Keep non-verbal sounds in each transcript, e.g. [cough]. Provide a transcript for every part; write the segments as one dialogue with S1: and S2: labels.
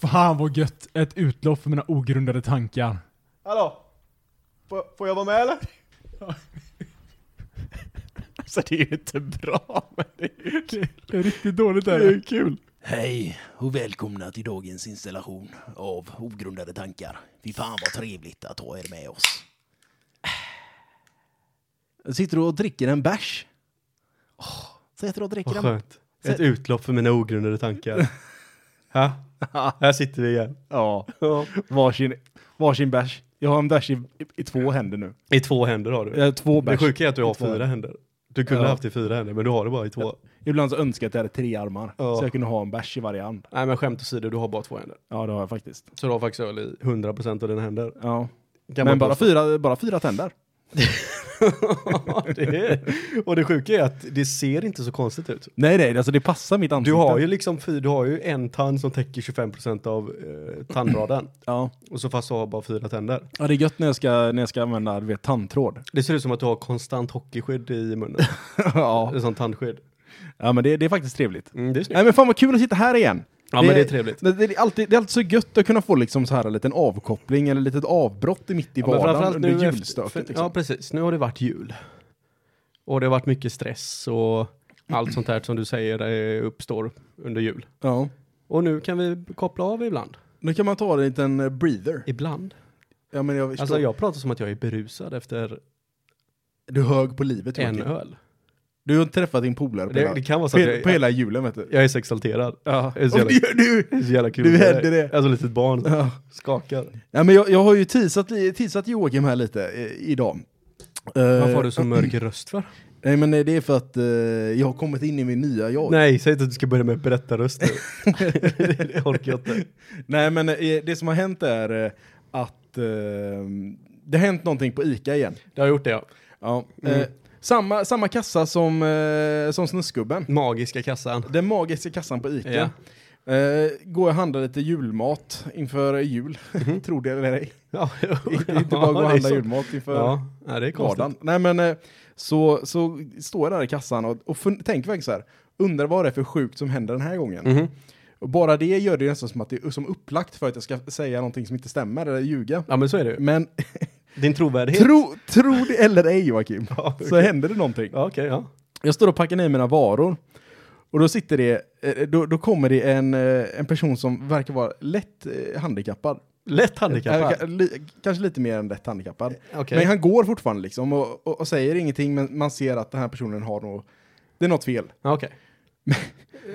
S1: Fan vad gött! Ett utlopp för mina ogrundade tankar.
S2: Hallå? Får, får jag vara med eller?
S3: [laughs] Alltså det är ju inte bra, men det är ju kul.
S1: Det är riktigt dåligt
S3: Det
S1: där.
S3: är ju kul.
S4: Hej och välkomna till dagens installation av Ogrundade tankar. Fy fan vad trevligt att ha er med oss. Jag sitter och dricker en bärs. Åh, sitter och dricker
S3: Vad
S4: en...
S3: skönt. Ett utlopp för mina ogrundade tankar. Ha? Här sitter vi igen.
S2: Ja,
S3: Ja.
S2: varsin, varsin bärs. Jag har en bärs i, i, i två händer nu.
S3: I två händer har du.
S2: Jag har två
S3: Det
S2: bärs.
S3: sjuka är att du har
S2: I två.
S3: fyra händer. Du kunde
S2: Ja.
S3: haft i fyra händer, men du har det bara i två.
S2: Ibland så önskar jag att jag hade tre armar.
S3: Ja.
S2: Så jag kunde ha en bärs i varje hand.
S3: Nej men skämt åsido, du har bara två händer.
S2: Ja, det har jag faktiskt.
S3: Så du har faktiskt öl i 100% av dina händer.
S2: Ja.
S3: Kan
S2: Men
S3: man
S2: bara
S3: [laughs] påstå.
S2: fyra, bara fyra tänder.
S3: det är. Och det sjuka är att det ser inte så konstigt ut.
S2: Nej, nej, alltså det passar mitt
S3: Du
S2: ansikte.
S3: har ju liksom fy, du har ju en tand som täcker 25% av eh, tandraden.
S2: Ja.
S3: Och så fast du har bara fyra tänder.
S2: ja, det är gött när jag ska, när jag ska använda du vet, tandtråd.
S3: Det ser ut som att du har konstant hockeyskydd i munnen.
S2: [laughs] ja.
S3: Det är som tandskydd.
S2: ja, men det, det är faktiskt trevligt.
S3: Mm, det är snyggt.
S2: Nej, men fan vad kul att sitta här igen.
S3: Ja, men det är trevligt.
S2: Det, det, är alltid, det är alltid så gött att kunna få liksom så här en liten avkoppling eller litet avbrott i mitt i
S3: men
S2: vardagen
S3: framförallt
S2: under
S3: nu efter-
S2: julstöket.
S3: för-
S2: liksom.
S3: Ja, precis. Nu har det varit jul. Och det har varit mycket stress och allt sånt här som du säger eh, uppstår under jul.
S2: ja.
S3: Och nu kan vi koppla av ibland.
S2: Nu kan man ta en liten eh, breather.
S3: Ibland?
S2: Ja, men jag
S3: Alltså
S2: förstår.
S3: jag pratar som att jag är berusad efter
S2: Du är hög på livet.
S3: en
S2: Joakim.
S3: öl.
S2: Du har inte träffat din polare på,
S3: Det,
S2: hela-
S3: det kan vara så
S2: på,
S3: att
S2: hela- på
S3: jag,
S2: hela julen vet du.
S3: jag är så exalterad.
S2: Ja.
S3: Det
S2: [laughs]
S3: är så
S2: Och
S3: jävla,
S2: det gör du!
S3: det är så jävla kul.
S2: Du
S3: att säga
S2: händer det. Eh.
S3: Alltså litet barn som
S2: Ja.
S3: skakar.
S2: Ja, men jag, jag har ju teasat, li- teasat Joakim här lite eh, idag. Eh,
S3: Varför
S2: Varför
S3: har du så mörk röst för?
S2: Nej men det är för att eh, jag har kommit in i min nya jag.
S3: Nej, säg inte att du ska börja med berättarröst [laughs] nu. det orkar jag inte.
S2: Nej, men eh, det som har hänt är eh, att eh, det har hänt någonting på ICA igen.
S3: Det har gjort det ja.
S2: Ja.
S3: Mm.
S2: Eh, samma, samma kassa som, eh, som Snuskgubben.
S3: Magiska kassan.
S2: Den magiska kassan på ICA. Eh, går jag och handlar lite julmat inför jul, [laughs] tror det eller ej.
S3: Mhm. Ja, [laughs]
S2: Inte, inte bara gå och handla julmat inför
S3: Ja, nej, det är
S2: vardagen.
S3: konstigt.
S2: Nej men eh, så, så står jag där i kassan och, och fun- tänker verkligen så här, undrar vad det är för sjukt som händer den här gången.
S3: Mhm.
S2: Och bara det gör det ju nästan som att det är som upplagt för att jag ska säga någonting som inte stämmer eller ljuga.
S3: Ja, men så är det ju.
S2: Men
S3: Din trovärdighet.
S2: tro, tro det eller ej Joakim,
S3: Ja,
S2: [laughs] så händer det någonting.
S3: ja, okej, ja.
S2: Jag står och packar ner mina varor. Och då sitter det, eh, då, då kommer det en, eh, en person som verkar vara lätt eh, handikappad.
S3: Lätt handikappad.
S2: Eh, ka- li- Kanske lite mer än lätt handikappad.
S3: Okej.
S2: Men han går fortfarande liksom och, och, och säger ingenting men man ser att den här personen har nog, det är något fel.
S3: Ja, Okej.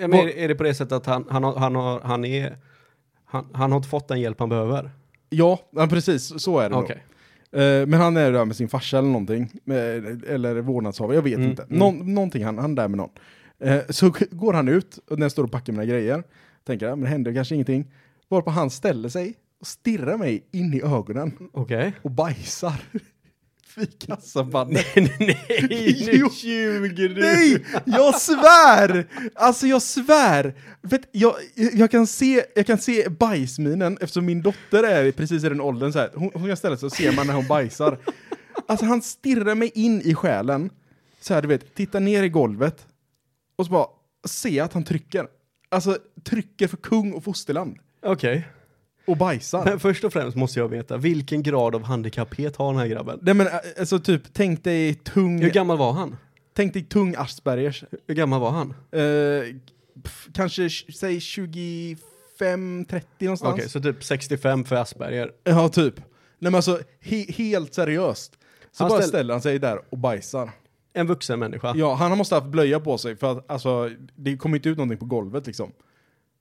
S3: Ja, men är, är det på det sättet att han, han, har, han, har, han är... Han, han har inte fått den hjälp han behöver?
S2: Ja, ja, precis så är det
S3: Okej.
S2: nog. Eh, Men han är där med sin farsa eller någonting. Eh, Eller vårdnadshavare, jag vet
S3: Mm,
S2: inte.
S3: mm.
S2: Någon, Någonting, han, han är där med någon. Eh, Så [laughs] g- går han ut, och när jag står och packar mina grejer, tänker jag, men det händer kanske ingenting. Varpå han ställer sig och stirrar mig in i ögonen
S3: Okej.
S2: och bajsar. [laughs] Vid
S3: [laughs]
S2: kassabandet.
S3: Nej,
S2: Jo.
S3: ljuger
S2: [laughs]
S3: du!
S2: Nej! Jag svär! Alltså jag svär! Vet, jag, jag, kan se, jag kan se bajsminen eftersom min dotter är precis i den åldern så här. Hon, hon kan ställa sig och ser man när hon bajsar. Alltså han stirrar mig in i själen. Så här du vet, tittar ner i golvet. Och så bara ser jag att han trycker. Alltså trycker för kung och fosterland.
S3: Okej.
S2: Och bajsar.
S3: Men först och främst måste jag veta, vilken grad av handikapphet har den här grabben?
S2: Nej men alltså typ, tänk dig tung,
S3: Hur gammal var han?
S2: tänk dig tung Aspergers.
S3: Hur gammal var han?
S2: Eh, pff, kanske tj- säg 25-30
S3: Okej,
S2: någonstans.
S3: så typ 65 för Asperger.
S2: Ja, typ. Nej men alltså, he helt seriöst. Så
S3: Han
S2: bara
S3: ställ-
S2: ställer han sig där och bajsar.
S3: En vuxen människa.
S2: Ja, han måste ha haft blöja på sig för att alltså, det kom inte ut någonting på golvet liksom.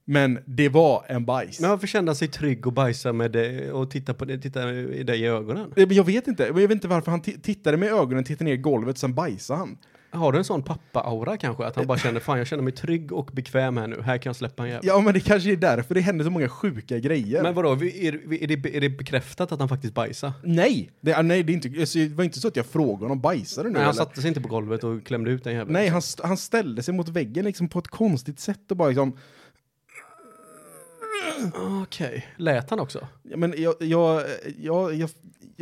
S2: Men det var en bajs.
S3: Men varför kände han sig trygg och bajsa med dig och titta, på det, titta i dig i ögonen?
S2: Eh, men Jag vet inte, Men jag vet inte varför han ti- tittade med ögonen, tittade ner i golvet, sen bajsade han.
S3: Har du en sån pappa-aura kanske? Att han bara känner fan jag känner mig trygg och bekväm här nu, här kan jag släppa en jävel.
S2: Ja men det kanske är därför det hände så många sjuka grejer.
S3: Men vadå, vi- är, vi- är, det, är det bekräftat att han faktiskt bajsade?
S2: Nej! Det, ah, nej det, är inte, alltså, det var inte så att jag frågade honom, bajsade du nu
S3: Nej, han
S2: eller?
S3: satte sig inte på golvet och klämde ut den jäveln.
S2: alltså- Nej, han, st- han ställde sig mot väggen liksom på ett konstigt sätt och bara liksom...
S3: Okej, lät han också?
S2: Ja, Men jag, jag, jag, jag,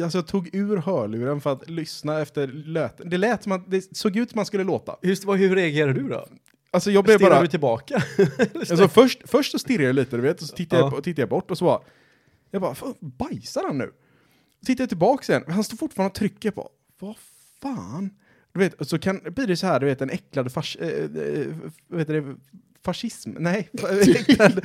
S2: alltså jag tog ur hörluren för att lyssna efter löten. Det lät som att det såg ut som att man skulle låta.
S3: Just vad, hur reagerar du då?
S2: Alltså jag blev
S3: Stirrar
S2: bara...
S3: du tillbaka?
S2: Alltså först, först så stirrade jag lite, du vet, och så tittade,
S3: Ja.
S2: jag, på- tittade jag bort och så bara... Jag bara, fan, bajsar han nu? Så tittade jag tillbaka sen, han står fortfarande och trycker på. Vad fan? Du vet, och så kan, blir det så här, du vet, en äcklad fas, eh, eh, vad heter det, fascism? Nej, [laughs] äcklad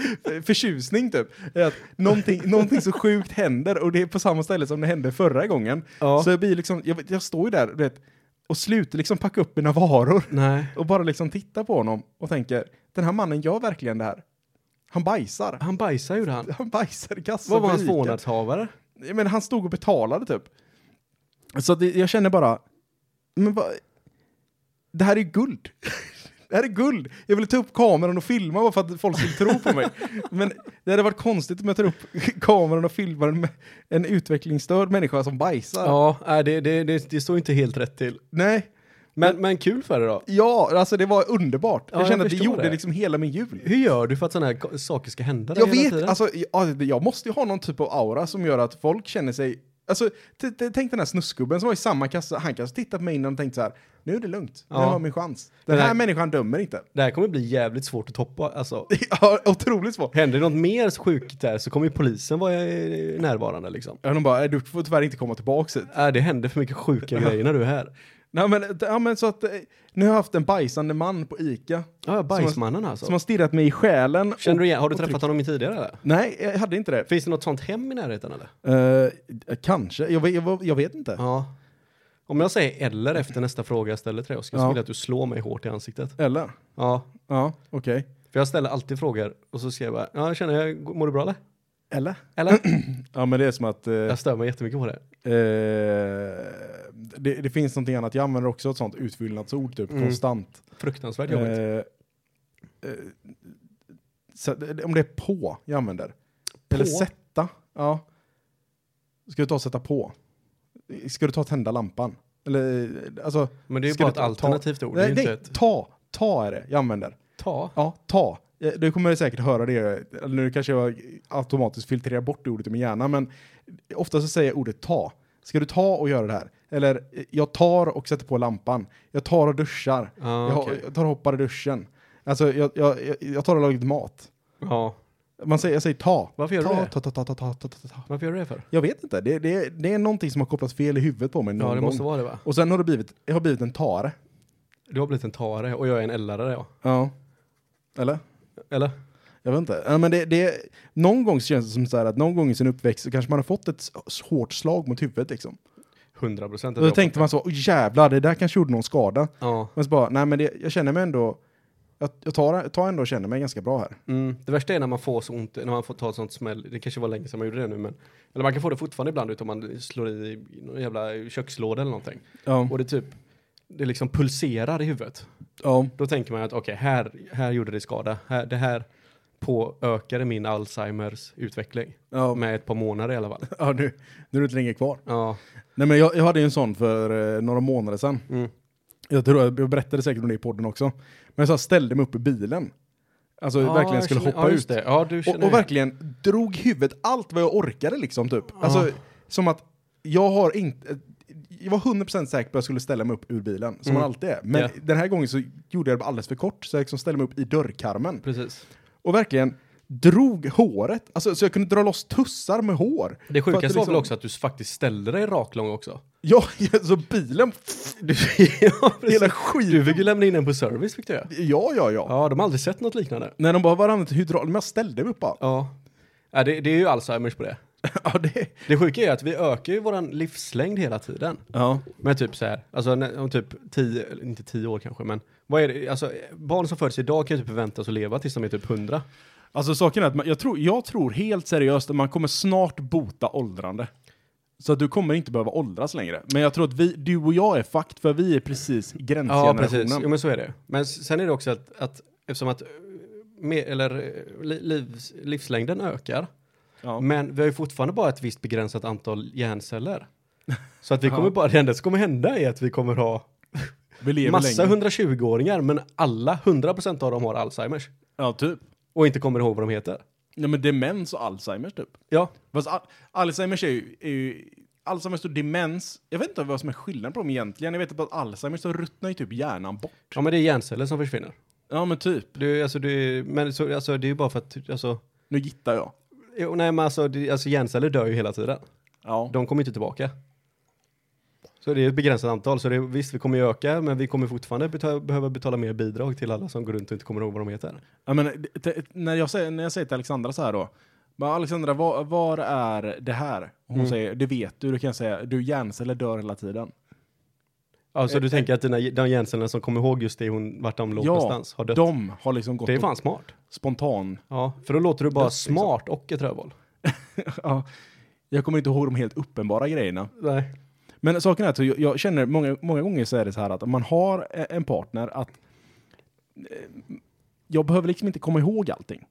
S2: förtjusning typ. Är Att någonting, någonting så sjukt händer och det är på samma ställe som det hände förra gången.
S3: Ja.
S2: Så jag blir liksom, jag, vet- jag står ju där, du vet, och slutar liksom packa upp mina varor.
S3: Nej.
S2: Och bara liksom tittar på honom och tänker, den här mannen gör verkligen det här. Han bajsar. [laughs]
S3: Han bajsar gjorde han.
S2: Han bajsar i kassan.
S3: Vad var
S2: på
S3: hans
S2: Ica.
S3: vårdnadshavare?
S2: Ja, Men han stod och betalade typ. Så det, jag känner bara, men vad, det här är ju guld. [laughs] Det här är guld. Jag ville ta upp kameran och filma bara för att folk skulle tro på mig. [laughs] Men det hade varit konstigt om jag tar upp [laughs] kameran och filmar en, en utvecklingsstörd människa som bajsar.
S3: Ja, nej, det, det, det, det står inte helt rätt till.
S2: Nej,
S3: Men, men kul för dig då.
S2: ja, alltså det var underbart.
S3: Ja,
S2: jag
S3: jag
S2: kände att det
S3: förstår
S2: gjorde
S3: det.
S2: liksom hela min jul.
S3: Hur gör du för att sådana här ko- saker ska hända dig
S2: Jag
S3: hela
S2: vet,
S3: tiden?
S2: alltså ja, det- jag måste ju ha någon typ av aura som gör att folk känner sig... Alltså, t- t- tänk den här snusgubben som var i samma kassa, han kanske tittat på mig innan och tänkt så här, nu är det lugnt, nu
S3: Ja.
S2: har jag min chans. Den
S3: Den
S2: här
S3: här-
S2: människan dömer inte. [laughs]
S3: Det här kommer bli jävligt svårt att toppa. Alltså,
S2: ja, otroligt svårt.
S3: händer det något mer sjukt där så kommer ju polisen vara eh, närvarande liksom.
S2: Ja, de bara, "Nej, du får tyvärr inte komma tillbaka hit.
S3: Äh, det händer för mycket sjuka grejer när du är här.
S2: Nej, men, ja, men så att, eh, nu har jag haft en bajsande man på Ica
S3: Ja, ja, bajsmannen alltså.
S2: som har stirrat mig i själen. och-
S3: Känner du igen, har du
S2: och
S3: träffat
S2: tryckt-
S3: honom tidigare eller?
S2: Nej, jag hade inte det.
S3: Finns det något sånt hem i närheten eller?
S2: Eh, kanske, jag, vet- jag, jag vet inte.
S3: Ja. Om jag säger eller efter nästa fråga jag ställer till dig Oskar,
S2: Ja.
S3: så vill jag att du slår mig hårt i ansiktet.
S2: Eller?
S3: Ja,
S2: Ja, okej.
S3: för jag ställer alltid frågor och så skriver jag bara, ja, känner jag, mår du bra eller?
S2: Eller?
S3: Eller?
S2: Mm. Ja, men det är som att... eh,
S3: Jag stör mig jättemycket på det.
S2: Eh, det, det finns någonting annat, jag använder också ett sånt utfyllnadsord typ,
S3: Mm.
S2: konstant.
S3: Fruktansvärt
S2: Eh,
S3: jobbigt.
S2: eh, så, det- om det är på jag använder. Eller sätta. Ja. Ska du ta och sätta på? Ska du ta och tända lampan? Eller, alltså,
S3: Men det är ju
S2: ska
S3: bara
S2: du
S3: ett
S2: ta-
S3: alternativt ord. Det är
S2: nej,
S3: ju
S2: nej,
S3: inte ett
S2: ta, ta är det jag använder.
S3: ta.
S2: Ja, ta. Eh, Du kommer säkert höra det. Eller Nu kanske jag automatiskt filtrerar bort det ordet i min hjärna, men ofta så säger jag ordet ta. Ska du ta och göra det här? Eller eh, jag tar och sätter på lampan. Jag tar och duschar.
S3: Ja,
S2: jag, ho-
S3: okej.
S2: jag tar och hoppar i duschen. Alltså, jag, jag, jag, jag tar och lagar lite mat.
S3: ja.
S2: Man säger, jag säger ta.
S3: Varför gör du
S2: ta,
S3: det?
S2: Ta, ta, ta, ta, ta, ta, ta, ta.
S3: Varför gör du det för?
S2: Jag vet inte. Det, det, det är någonting som har kopplats fel i huvudet på mig någon
S3: Ja, det
S2: gång.
S3: måste vara det va?
S2: Och sen har det blivit, jag har blivit en tare.
S3: Du har blivit en tare och jag är en ällare ja.
S2: Ja. Eller?
S3: Eller?
S2: Jag vet inte. Ja, men det, det, någon gång så känns det som så här att någon gång i sin uppväxt så kanske man har fått ett s- hårt slag mot huvudet liksom.
S3: 100 procent.
S2: Och då tänkte man så, "Åh, jävlar, det där kanske gjorde någon skada.
S3: Ja.
S2: Men så bara, nej men det, jag känner mig ändå, jag, jag, tar, jag tar ändå och känner mig ganska bra här.
S3: Mm. Det värsta är när man får så ont, när man får ta ett sånt smäll, det kanske var länge sedan man gjorde det nu men, eller man kan få det fortfarande ibland utan man slår i någon jävla kökslåda eller någonting.
S2: Ja.
S3: Och det typ, det liksom pulserar i huvudet.
S2: ja.
S3: Då tänker man att okej, här, här gjorde det skada, här, det här påökade min Alzheimers utveckling.
S2: Ja,
S3: Med ett par månader i alla fall.
S2: ja nu, nu är det inte länge kvar.
S3: Ja.
S2: Nej men jag, jag hade ju en sån för eh, några månader sedan.
S3: Mm.
S2: Jag tror jag, jag berättade säkert om det i podden också. Men jag så här ställde mig upp i bilen. Alltså
S3: Ja,
S2: verkligen
S3: jag
S2: skulle
S3: känner-
S2: hoppa
S3: ja,
S2: ut.
S3: just Det. Ja, du
S2: Och,
S3: känner
S2: och verkligen drog huvudet allt vad jag orkade liksom typ.
S3: Ja.
S2: Alltså som att jag har inte... Jag var 100% säker på att jag skulle ställa mig upp ur bilen, som
S3: Mm.
S2: man alltid är. Men
S3: Ja.
S2: den här gången så gjorde jag det alldeles för kort, så jag liksom ställde mig upp i dörrkarmen.
S3: Precis.
S2: Och verkligen drog håret, alltså så jag kunde dra loss tussar med hår.
S3: Det
S2: För att
S3: sjukaste var väl
S2: liksom-
S3: också att du faktiskt ställde dig
S2: [laughs]
S3: raklång också.
S2: Ja, så bilen... [laughs]
S3: Du, ja, precis.
S2: Hela skiten...
S3: du fick ju lämna in den på service fick du göra.
S2: Ja, ja, ja.
S3: Ja, de har aldrig sett något liknande.
S2: När de bara, var använt hydraul? Men jag ställde mig upp bara. [laughs]
S3: Ja. ja det, det är ju Alzheimers på det.
S2: Ja, det...
S3: Det sjuka är att vi ökar ju våran livslängd hela tiden.
S2: Ja.
S3: Men typ så här, alltså när- om typ 10, eller inte 10 år kanske, men vad är det, alltså barn som föds idag kan ju typ förväntas att leva tills de är typ 100.
S2: Alltså saken är att man, jag, tror, jag tror helt seriöst att man kommer snart bota åldrande. Så att du kommer inte behöva åldras längre. Men jag tror att vi, du och jag är fakt för vi är precis
S3: Ja, precis.
S2: gränsgenerationen.
S3: Jo, men så är det. Men s- sen är det också att, att eftersom att eh, mer, eller, eh, li, livs, livslängden ökar,
S2: Ja.
S3: men vi har ju fortfarande bara ett visst begränsat antal hjärnceller. [laughs] Så att vi kommer bara, det enda som kommer hända är att vi kommer ha
S2: vi lever
S3: massa
S2: längre.
S3: 120-åringar, men alla 100% av dem har Alzheimers.
S2: Ja, typ.
S3: Och inte kommer ihåg vad de heter.
S2: Ja, men demens och Alzheimers typ.
S3: Ja,
S2: Fast al- Alzheimers är ju, är ju... Alzheimers och demens, jag vet inte vad som är skillnaden på dem egentligen. Jag vet bara att Alzheimers så ruttnar ju typ hjärnan bort.
S3: ja men det är hjärnceller som försvinner.
S2: Ja men typ.
S3: Du, alltså, du, men så, alltså, det är ju bara för att, alltså,
S2: Nu gittar jag.
S3: jo, nej men alltså, det, alltså hjärnceller dör ju hela tiden.
S2: Ja.
S3: De kommer inte tillbaka. Så det är ett begränsat antal, så det, visst vi kommer ju öka, men vi kommer fortfarande beta- behöva betala mer bidrag till alla som går runt och inte kommer ihåg vad de heter.
S2: ja men, det- det- när, jag säger, när jag säger till Alexandra så här då. Men Alexandra, var, var är det här? Hon
S3: Mm.
S2: säger, det vet du. Då kan jag säga, du hjärnceller dör hela tiden.
S3: Ja, så Alltså, du tänker att dina, de hjärncellerna som kommer ihåg just det hon, vart de låg
S2: Ja,
S3: någonstans har dött?
S2: De har liksom gått
S3: det är
S2: och
S3: fan smart.
S2: spontan. [laughs]
S3: Ja, för då låter du bara
S2: Dött, liksom.
S3: smart och ett rövhål.
S2: ja. Jag kommer inte ihåg de helt uppenbara grejerna.
S3: Nej.
S2: Men saken är att jag, jag känner många, många gånger så är det så här att om man har eh, en partner att eh, jag behöver liksom inte komma ihåg allting.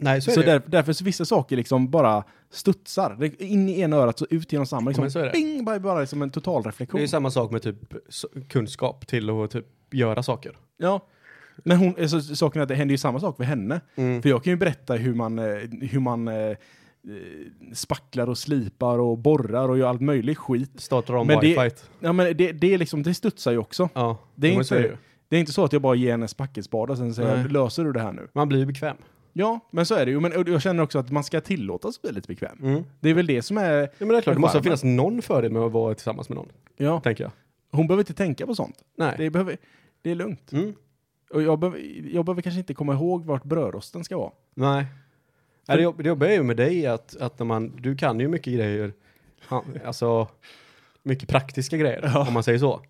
S3: Nej, så
S2: Så,
S3: är det.
S2: där, därför så vissa saker liksom bara studsar. Det- In i ena örat så ut genom samma. Liksom,
S3: men så är det.
S2: Bing! Bara, bara som en total
S3: Det
S2: reflektion.
S3: är ju samma sak med typ s- kunskap till att typ göra saker.
S2: ja. Men hon, alltså, saken är att det händer ju samma sak för henne.
S3: Mm.
S2: För jag kan ju berätta hur man, eh, hur man eh, eh, spacklar och slipar och borrar och gör allt möjligt skit.
S3: Startar om
S2: Men det-
S3: wifi.
S2: Ja, men det, det, är liksom, det studsar ju också.
S3: Ja,
S2: Det är,
S3: men så är det.
S2: inte,
S3: ju.
S2: det är inte så att jag bara ger henne en spackelspada och sen säger
S3: Nej.
S2: jag, löser du det här nu?
S3: Man blir ju bekväm.
S2: Ja, men så är det ju. Men och jag känner också att man ska tillåtas bli lite bekväm.
S3: Mm.
S2: Det är väl det som är...
S3: Ja, men det är klart, det måste
S2: Charmen.
S3: finnas någon fördel med att vara tillsammans med någon,
S2: Ja,
S3: tänker jag.
S2: hon behöver inte tänka på sånt.
S3: Nej.
S2: Det, behöver, det är lugnt.
S3: Mm.
S2: Och jag, behöver, jag behöver kanske inte komma ihåg vart brödrosten ska vara.
S3: Nej. Nej, Det, jobb, det jobbiga är ju med dig att, att när man, du kan ju mycket grejer, han, alltså mycket praktiska grejer, om man säger så.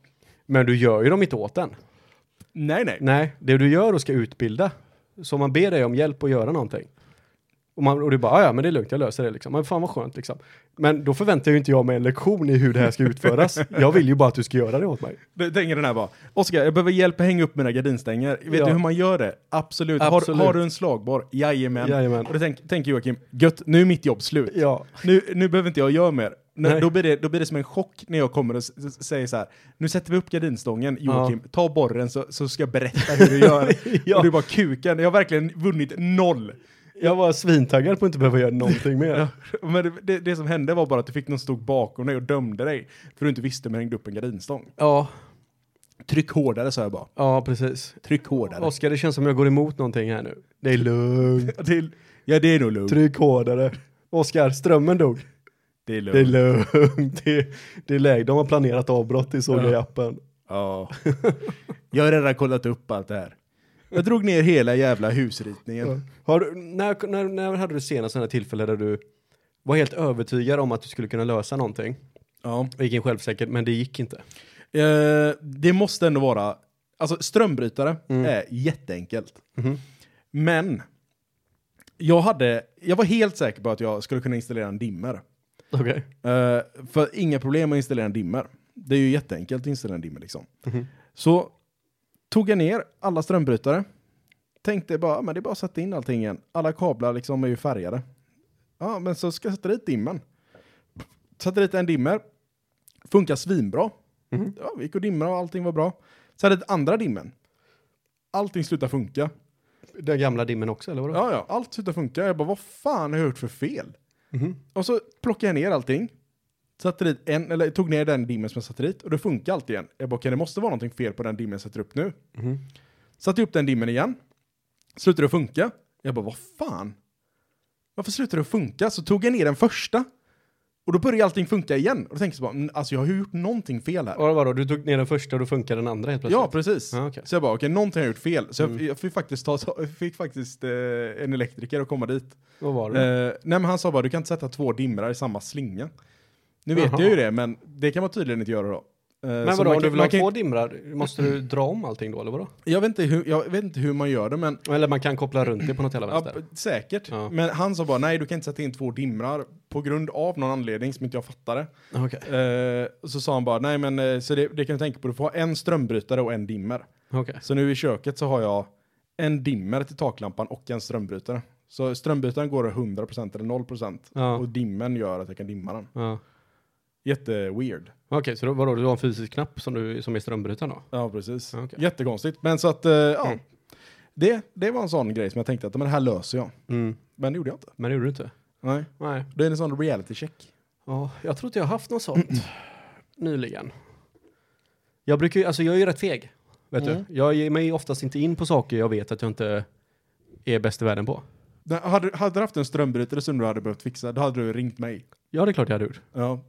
S3: Men du gör ju dem inte åt en.
S2: Nej, nej.
S3: Nej, det du gör och ska utbilda. Så om man ber dig om hjälp att göra någonting. Och, man, och du bara, "Ah, ja men det är lugnt, jag löser det liksom. Men fan vad skönt liksom. Men då förväntar ju inte jag mig en lektion i hur det här ska [laughs] utföras. jag vill ju bara att du ska göra det åt mig.
S2: Du tänker den här bara. Oskar, jag behöver hjälp att hänga upp mina gardinstänger. Vet
S3: Ja.
S2: du hur man gör det? Absolut.
S3: Absolut.
S2: Har, har du en slagborr? Jajamän.
S3: Jajamän.
S2: Och då tänk, tänker Joakim, gött, nu är mitt jobb slut.
S3: Ja,
S2: Nu, nu behöver inte jag göra mer.
S3: Nej.
S2: Nej. Då, blir det, då blir det som en chock när jag kommer och s- s- säger så här. Nu sätter vi upp gardinstången, Joakim, ta borren så, så ska jag berätta hur du [laughs] gör.
S3: Ja.
S2: Och du bara kuken, jag har verkligen vunnit noll.
S3: jag var svintaggad på att inte behöva göra någonting mer.
S2: [laughs] Men det, det, det som hände var bara att du fick någon stod bakom dig och dömde dig för du inte visste men hängde upp en gardinstång.
S3: ja,
S2: Tryck hårdare sa jag bara.
S3: ja precis.
S2: Tryck hårdare.
S3: Oskar, det känns som jag går emot någonting här nu. Det är lugnt.
S2: Ja, det är- ja, det är nog lugnt.
S3: Tryck hårdare. Oskar, strömmen dog.
S2: Det är
S3: Det är
S2: lugnt.
S3: lugnt. Det är, det är läge. De har planerat avbrott, det såg jag i appen.
S2: Ja. Jag har redan kollat upp allt det här. Jag drog ner hela jävla husritningen.
S3: Har du, när, när, när hade du senast sådana tillfällen där du var helt övertygad om att du skulle kunna lösa någonting?
S2: Ja.
S3: Det gick in självsäkert, men det gick inte.
S2: Eh, det måste ändå vara... Alltså strömbrytare är jätteenkelt. Men jag, hade, jag var helt säker på att jag skulle kunna installera en dimmer.
S3: Okej.
S2: Eh, för inga problem att installera en dimmer. Det är ju jätteenkelt att installera en dimmer liksom. Så tog jag ner alla strömbrytare. Tänkte bara, men det är bara att sätta in allting igen. Alla kablar liksom är ju färgade. Ja, men så ska jag sätta dit dimmen. Satte dit en dimmer. Funkar svinbra. Ja, vi gick och dimmade och allting var bra. Satte dit andra dimmen. Allting slutade funka.
S3: Den gamla dimmen också, eller vadå?
S2: Ja, ja, allt slutade funka. Jag bara, vad fan har jag gjort för fel? Och så plockade jag ner allting. Satte dit en, eller tog ner den dimmen som jag satte dit och det funkar allt igen. Jag bara, okej, det måste vara någonting fel på den dimmen jag sätter upp nu. Satte upp den dimmen igen. Slutade det funka. Jag bara, vad fan? Varför slutar det funka? Så tog jag ner den första. Och då började allting funka igen. Och då tänkte jag så bara, "Mm, alltså jag har ju gjort någonting fel här.
S3: Ja, vadå? Du tog ner den första och då funkar den andra helt plötsligt?
S2: Ja, precis.
S3: Ja, okej.
S2: Så jag bara, okej, någonting har jag gjort fel. Så jag, jag fick faktiskt, ta, jag fick faktiskt eh, en elektriker att komma dit.
S3: Vad var det?
S2: Eh, nej men han sa bara, du kan inte sätta två dimrar i samma slinga. Nu vet
S3: Jaha.
S2: jag ju det, men det kan man tydligen inte göra då. Eh,
S3: men
S2: så
S3: vadå,
S2: man
S3: om
S2: kan-
S3: du vill
S2: man
S3: ha
S2: kan-
S3: två dimrar, måste du dra om allting då, eller vadå?
S2: jag, vet inte hur, jag vet inte hur man gör det, men
S3: Eller man kan koppla runt det på något jävla
S2: ja,
S3: vänster?
S2: p- säkert.
S3: Ja.
S2: Men han sa bara, nej du kan inte sätta in två dimrar på grund av någon anledning som inte jag fattade.
S3: Okej.
S2: Eh, och så sa han bara, nej men eh, så det, det kan du tänka på, du får ha en strömbrytare och en dimmer.
S3: Okej.
S2: Så nu i köket så har jag en dimmer till taklampan och en strömbrytare. Så strömbrytaren går 100% eller 0%
S3: Ja.
S2: och dimmen gör att jag kan dimma den.
S3: Ja.
S2: Jätteweird.
S3: Okej, så då, vadå, du har en fysisk knapp som, du, som är strömbrytaren då?
S2: Ja, precis.
S3: Ja, okej.
S2: Jättekonstigt. Men så att, eh, ja.
S3: Mm.
S2: Det, det var en sån grej som jag tänkte att men det här löser jag.
S3: Mm.
S2: Men det gjorde jag inte.
S3: Men det gjorde du inte?
S2: Nej.
S3: Nej.
S2: Det är en sån reality check.
S3: Ja, jag tror [clears throat] inte jag har haft något sånt nyligen. Jag brukar ju, alltså jag är ju rätt feg. Vet
S2: Mm.
S3: du? Jag ger mig oftast inte in på saker jag vet att jag inte är bäst i världen på.
S2: Nej, Hade, hade du haft en strömbrytare som du hade behövt fixa, då hade du ringt mig.
S3: Ja, det är klart jag hade gjort.
S2: Ja.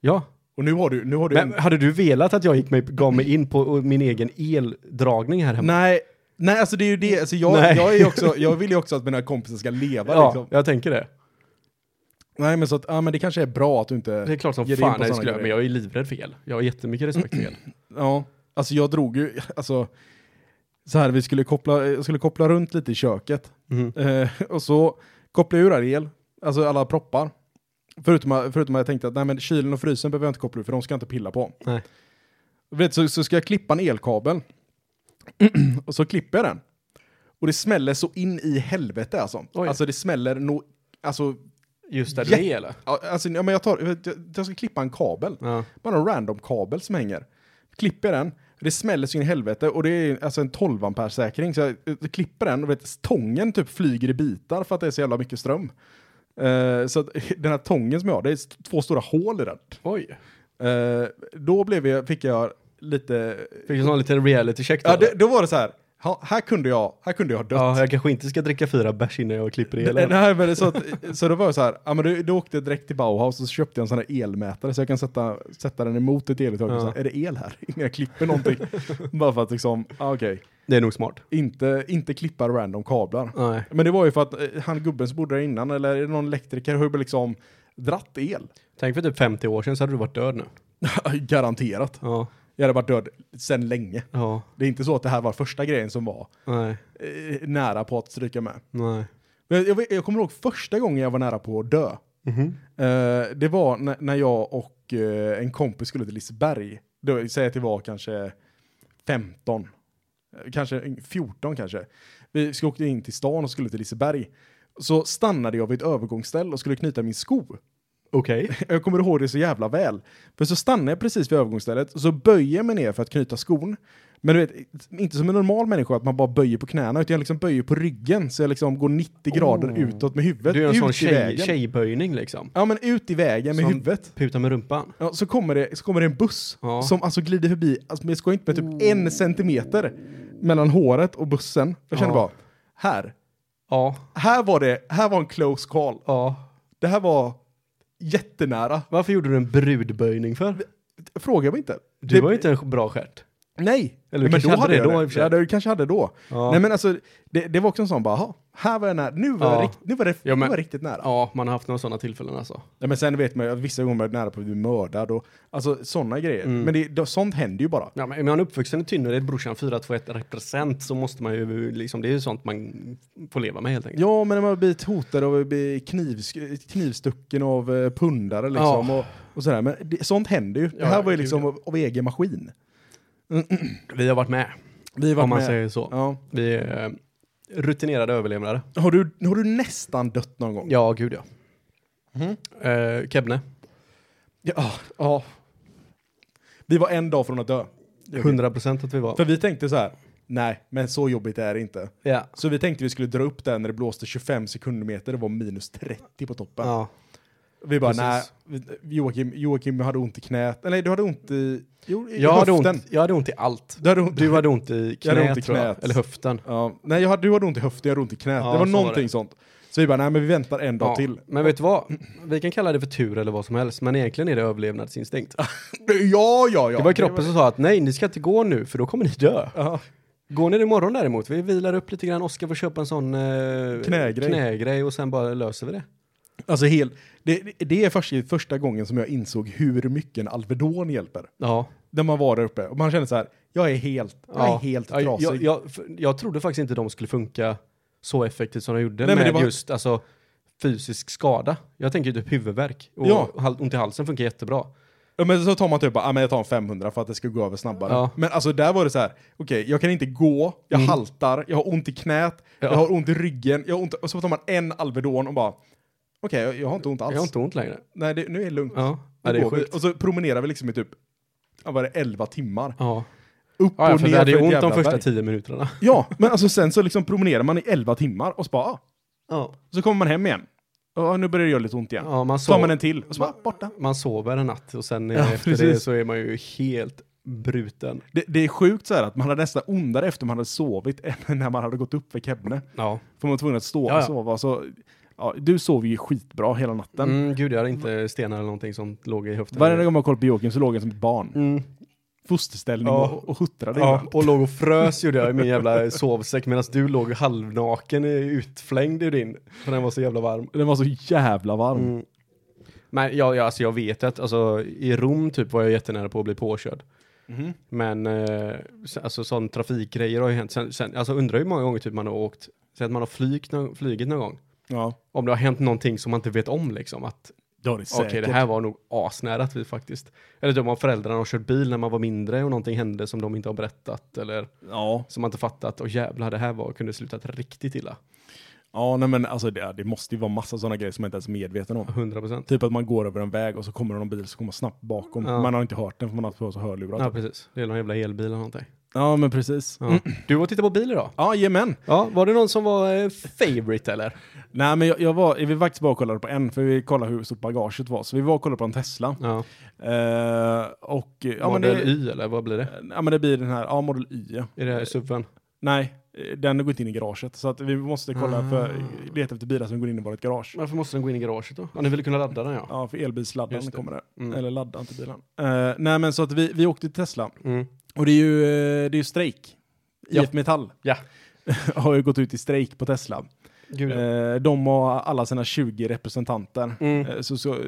S3: Ja.
S2: Och nu har du, nu har du
S3: Men
S2: en...
S3: hade du velat att jag gick mig, gav mig in på min egen eldragning här hemma?
S2: Nej, nej alltså det är ju det. Alltså jag,
S3: Nej.
S2: jag, är ju också, jag vill ju också att mina kompisar ska leva
S3: ja,
S2: liksom.
S3: jag tänker det.
S2: Nej men så att, ja men det kanske är bra att du inte...
S3: Det är klart som
S2: Ge dig in
S3: fan
S2: på
S3: att
S2: sådana
S3: jag skulle göra, men
S2: grejer.
S3: jag är livrädd för el. Jag har jättemycket respekt för el.
S2: Ja, alltså jag drog ju, [laughs] alltså... Så här, vi skulle koppla, jag skulle koppla runt lite i köket.
S3: Mhm.
S2: Eh, och så kopplade jag ur all el, alltså alla proppar. Förutom, förutom att jag tänkte att nej men kylen och frysen behöver jag inte koppla ur för de ska jag inte pilla på.
S3: [clears throat] Nej.
S2: Vet, du, så, så ska jag klippa en elkabel. [clears throat] och så klipper jag den. Och det smäller så in i helvete alltså.
S3: Oj.
S2: Alltså det smäller nog... Alltså,
S3: Just där
S2: Ja.
S3: du är eller?
S2: ja, alltså ja, men jag, tar, jag, jag ska klippa en kabel.
S3: Ja.
S2: Bara en random kabel som hänger. Klipper den. Det smäller så in i helvete och det är alltså en 12 ampere säkring. Så jag eh, klipper den och vet, tången typ flyger i bitar för att det är så jävla mycket ström. Eh, så att, [laughs] den här tången som jag har, det är st- två stora hål i den.
S3: Oj.
S2: Eh, då blev jag, fick jag lite
S3: Fick du någon liten reality check då?
S2: Ja, det,
S3: eller?
S2: då var det så här. Ha, här kunde jag, här kunde jag ha dött.
S3: ja, jag kanske inte ska dricka fyra bärs innan jag klipper el.
S2: Nej,
S3: eller?
S2: Eh, nej, men det är så, att, så då var det så här, ja, men då, då åkte jag direkt till Bauhaus och så köpte jag en sån här elmätare så jag kan sätta, sätta den emot ett eluttag och
S3: Ja.
S2: så här, är det el här? [laughs] Innan jag klipper någonting. Bara för att liksom, ah, okej,
S3: Det är nog smart.
S2: inte, inte klippa random kablar.
S3: Nej.
S2: Men det var ju för att eh, han gubben som bodde där innan, eller är det någon elektriker, har ju liksom dratt el. [laughs]
S3: Tänk för typ 50 år sedan så hade du varit död nu.
S2: Garanterat.
S3: Ja.
S2: Jag hade varit död sedan länge.
S3: Ja.
S2: Det är inte så att det här var första grejen som var
S3: Nej.
S2: eh, nära på att stryka med.
S3: Nej.
S2: Men jag, vet- jag kommer ihåg första gången jag var nära på att dö.
S3: Mhm.
S2: Eh, det var när, när jag och eh, en kompis skulle till Liseberg. Då, säg att det var kanske 15, eh, kanske 14 kanske. Vi skulle åka in till stan och skulle till Liseberg. Så stannade jag vid ett övergångsställe och skulle knyta min sko. [laughs]
S3: Okej.
S2: Jag kommer ihåg det så jävla väl. För så stannar jag precis vid övergångsstället och så böjer jag mig ner för att knyta skon. Men du vet, inte som en normal människa att man bara böjer på knäna, utan jag liksom böjer på ryggen så jag liksom går 90 grader utåt med huvudet.
S3: Du gör en
S2: ut
S3: sån
S2: i
S3: tjej,
S2: vägen.
S3: tjejböjning liksom.
S2: Ja, men ut i vägen med
S3: Som-
S2: huvudet.
S3: Puta med rumpan.
S2: Ja, så, kommer det, så kommer det en buss
S3: Ja.
S2: som alltså glider förbi, alltså, men jag skojar inte, med typ en centimeter mellan håret och bussen. Jag känner
S3: Ja.
S2: bara, här,
S3: Ja.
S2: här var det, här var en close call.
S3: Ja.
S2: Det här var jättenära.
S3: Varför gjorde du en brudböjning för?
S2: Fråga mig inte.
S3: Du
S2: Det-
S3: var ju inte en bra stjärt.
S2: Nej,
S3: Eller du
S2: men
S3: kanske
S2: då
S3: hade
S2: hade
S3: det
S2: jag
S3: då i
S2: det.
S3: och för sig.
S2: ja, du kanske hade då.
S3: Ja.
S2: Nej men alltså, det, det var också en sån bara, "Jaha, här var jag nära, nu var,
S3: Ja.
S2: jag, rikt, nu var, det,
S3: Ja, men-
S2: nu var jag riktigt nära.
S3: Ja, man har haft några sådana tillfällen alltså.
S2: Nej, men sen vet man ju att vissa gånger var jag nära på att bli mördad och alltså sådana grejer.
S3: Mm.
S2: Men det, det, sånt händer ju bara.
S3: Ja, men är man uppvuxen i Tynnered, brorsan 421 represent, så måste man ju liksom, det är ju sånt man får leva med helt enkelt.
S2: Ja, men när man blir hotad av att bli knivs- knivstucken av eh, pundare liksom.
S3: Ja.
S2: Och, och sådär. Men det, sånt händer ju.
S3: Ja,
S2: det här var ju
S3: gud,
S2: liksom
S3: ja.
S2: av, av egen maskin.
S3: Vi har varit med,
S2: Vi har varit
S3: om man
S2: med.
S3: säger så.
S2: Ja.
S3: Vi är eh, rutinerade överlevare.
S2: Har, du, har du nästan dött någon gång?
S3: Ja, gud ja. Eh, Kebne,
S2: Ja. ja. Vi var en dag från att dö.
S3: 100 procent att vi var.
S2: För vi tänkte så här, nej, men så jobbigt är det inte.
S3: Ja.
S2: Så vi tänkte vi skulle dra upp den när det blåste 25 sekundmeter, det var minus 30 på toppen.
S3: ja.
S2: Vi bara, nej,
S3: Precis.
S2: vi- Joakim, Joakim hade ont i knäet. Eller Nej, du hade ont i, jo, i
S3: Jag, hade
S2: höften.
S3: ont, jag hade ont i allt.
S2: Du hade ont.
S3: Du hade ont i
S2: Jag hade
S3: knät,
S2: ont i
S3: tror jag.
S2: knät.
S3: Eller höften.
S2: Ja, nej, jag hade, du hade ont i höften, jag hade ont i knät.
S3: Ja,
S2: det var
S3: så
S2: någonting
S3: var det.
S2: sånt. Så vi bara, nej men vi väntar en dag till.
S3: Men vet du vad? Vi kan kalla det för tur eller vad som helst, men egentligen är det överlevnadsinstinkt.
S2: Ja, ja, ja.
S3: det var kroppen som sa att nej, ni ska inte gå nu, för då kommer ni dö.
S2: Ja.
S3: Går ni imorgon däremot, vi vilar upp lite grann, Oskar får köpa en sån eh,
S2: Knägrej.
S3: knägrej och sen bara löser vi det.
S2: Alltså helt, det, det är faktiskt första gången som jag insåg hur mycket en Alvedon hjälper.
S3: Ja.
S2: När man var där uppe och man känner så här, jag är helt, jag är helt
S3: Ja,
S2: trasig.
S3: Jag, jag, för- jag trodde faktiskt inte de skulle funka så effektivt som de gjorde
S2: Nej, men
S3: med
S2: det var-
S3: just alltså, fysisk skada. Jag tänker ju typ huvudvärk och
S2: Ja.
S3: hal- ont i halsen funkar jättebra.
S2: Ja, men så tar man typ bara, ah, men jag tar en 500 för att det ska gå över snabbare.
S3: Ja. Mm.
S2: Men alltså där var det så här, okej, jag kan inte gå, jag haltar, jag har ont i knät, jag
S3: Ja.
S2: har ont i ryggen, jag har ont, och så tar man en Alvedon och bara, okej, jag, jag har inte ont alls.
S3: Jag har inte ont längre.
S2: Nej, det, nu är det lugnt.
S3: Ja,
S2: Då
S3: ja det är
S2: går vi.
S3: sjukt.
S2: Och så promenerar vi liksom i typ, ja, vad är det, 11 timmar.
S3: Ja,
S2: Upp
S3: ja
S2: och
S3: för
S2: ner
S3: vi hade ju
S2: för ett
S3: ont
S2: jävla
S3: de första
S2: berg.
S3: tio minuterna.
S2: Ja, men alltså sen så liksom promenerar man i 11 timmar och så bara, ah.
S3: Ja,
S2: så kommer man hem igen. Ja, nu börjar det göra lite ont igen.
S3: ja man,
S2: så tar man
S3: sov,
S2: en till och så bara, borta.
S3: man sover en natt och sen eh,
S2: Ja,
S3: efter det
S2: precis.
S3: så är man ju helt bruten.
S2: Det, det är sjukt så här att man hade nästan ondare efter man hade sovit [laughs] än när man hade gått upp för Kebne.
S3: Ja.
S2: För man var tvungen att stå
S3: Ja, ja.
S2: och sova. Så, ja, du sov ju skitbra hela natten.
S3: Mm, gud, jag hade inte stenar eller någonting som låg i höften.
S2: Varje gång man kollade på Joakim så låg han som ett barn.
S3: Mm.
S2: Fosterställning
S3: Ja.
S2: och, och huttrade.
S3: Ja,
S2: ibland.
S3: och låg och frös gjorde jag i min jävla sovsäck medan du låg halvnaken utflängd i din. För den var så jävla varm.
S2: Den var så jävla varm.
S3: Mm. Men jag, jag, alltså jag vet att alltså, i Rom typ var jag jättenära på att bli påkörd.
S2: Mhm.
S3: Men eh, så- alltså sån trafikgrejer har ju hänt. Sen, sen, alltså undrar hur många gånger typ man har åkt, så att man har flygt, nå- flugit någon gång.
S2: Ja.
S3: Om det har hänt någonting som man inte vet om liksom. Att
S2: Det har det
S3: okej, det här var nog asnära att vi faktiskt. Eller typ om föräldrarna har kört bil när man var mindre och någonting hände som de inte har berättat. Eller
S2: Ja,
S3: som man inte fattat. Och jävlar, det här var, kunde slutat riktigt illa.
S2: ja nej, men alltså det, det måste ju vara massa sådana grejer som man inte ens är medveten om.
S3: 100 procent.
S2: Typ att man går över en väg och så kommer det någon bil som kommer snabbt bakom.
S3: Ja.
S2: Man har inte hört den för man har haft på sig hörlurar.
S3: Ja,
S2: Ja.
S3: precis. Det är någon jävla elbil eller någonting.
S2: ja, men precis.
S3: Ja. Mm. Du var och tittade på bil idag.
S2: Ja, jajamän.
S3: Ja, var det någon som var eh, favorite eller?
S2: Nej, men jag, jag var, vi var faktiskt bara och kollade på en, för vi kollade hur stort bagaget var. Så vi var och kollade på en Tesla.
S3: Ja.
S2: Eh, och, ja, men
S3: Model
S2: det,
S3: Y eller vad blir det?
S2: ja, men det blir den här, ja, Model Y. ja.
S3: Är det SUVen?
S2: Nej, eh, den har gått in i garaget. Så att vi måste kolla
S3: Ah.
S2: för, leta efter bilar som går in i vårt garage.
S3: Varför måste den gå in i garaget då? Ja, ni ville kunna ladda den ja.
S2: Ja, för elbilsladdaren
S3: Just det.
S2: kommer det.
S3: Mm.
S2: Eller ladda, inte bilen. Eh, nej, men så att vi, vi åkte till Tesla.
S3: Mm.
S2: Och det är ju, eh, det är ju strejk.
S3: Ja.
S2: IF Metall
S3: Ja.
S2: [laughs] har ju gått ut i strejk på Tesla.
S3: Gud, ja.
S2: Eh, de har alla sina 20 representanter
S3: Mm.
S2: eh, så, så, eh,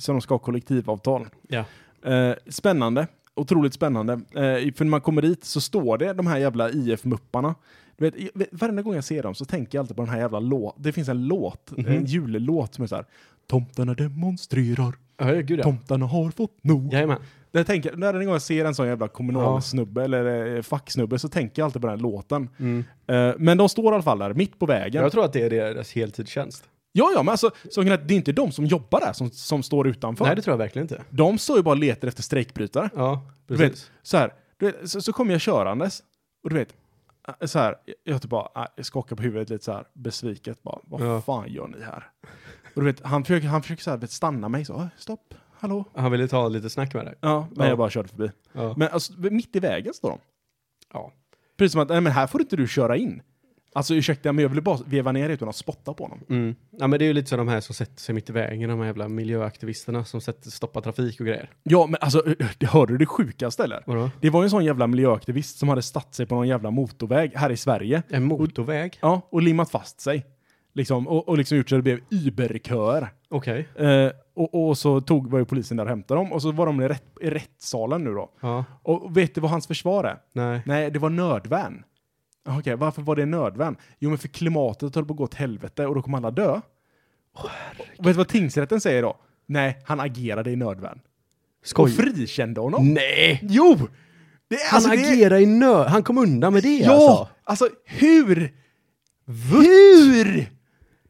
S2: som de ska ha kollektivavtal.
S3: Ja.
S2: Eh, spännande, otroligt spännande. Eh, för när man kommer dit så står det de här jävla IF-mupparna. Du vet, jag vet, varenda gång jag ser dem så tänker jag alltid på den här jävla låten. Det finns en låt,
S3: Mhm.
S2: en jullåt som är så här. Tomtarna demonstrerar,
S3: Ja, gud ja.
S2: tomtarna har fått nog.
S3: Jajamän.
S2: När tänker, när en gång jag ser en sån jävla kommunalsnubbe eller eh, facksnubbe så tänker jag alltid på den här låten.
S3: Mm.
S2: Eh, men de står i alla fall där, mitt på vägen.
S3: Jag tror att det är deras heltidstjänst.
S2: Ja, ja, men alltså, så det är inte de som jobbar där som, som står utanför.
S3: Nej, det tror jag verkligen inte.
S2: De står ju bara och letar efter strejkbrytare.
S3: Ja,
S2: du
S3: precis.
S2: vet, så här, du vet, så, så kommer jag körandes och du vet, äh, så här, jag typ bara äh, skakar på huvudet lite så här besviket bara, vad
S3: Ja.
S2: fan gör ni här? Och du vet, han försöker, han försöker så här, vet, stanna mig så, "Äh, stopp, hallå?
S3: Han ville ta lite snack med dig.
S2: Ja, men
S3: Ja.
S2: jag bara körde förbi.
S3: Ja.
S2: Men alltså, mitt i vägen står de.
S3: Ja.
S2: Precis som att, nej men här får inte du köra in. Alltså ursäkta, men jag ville bara veva ner utan att spotta på honom.
S3: Mm. ja, men det är ju lite så de här som sätter sig mitt i vägen, de här jävla miljöaktivisterna som sätter, stoppar trafik och grejer.
S2: Ja, men alltså, hörde du det sjukaste eller?
S3: Vadå?
S2: Det var ju en sån jävla miljöaktivist som hade statt sig på någon jävla motorväg här i Sverige.
S3: En motorväg?
S2: Ja, och limmat fast sig. Liksom, och, och liksom gjort så det blev überköer.
S3: Okej.
S2: Eh, och, och så tog, var ju polisen där och hämtade dem och så var de i, rätt, i rättssalen nu då.
S3: Ja.
S2: Och vet du vad hans försvar är?
S3: Nej.
S2: Nej, det var nödvärn. Ah, Okej, varför var det nödvärn? Jo, men för klimatet höll på att gå åt helvete och då kommer alla dö. och vet du vad tingsrätten säger då? Nej, han agerade i nödvärn. Och
S3: Skoj.
S2: frikände honom.
S3: Nej! Alltså,
S2: Jo! Det,
S3: Han agerar i nö... Han kom undan med det
S2: Ja! Alltså,
S3: alltså.
S2: hur? Hur?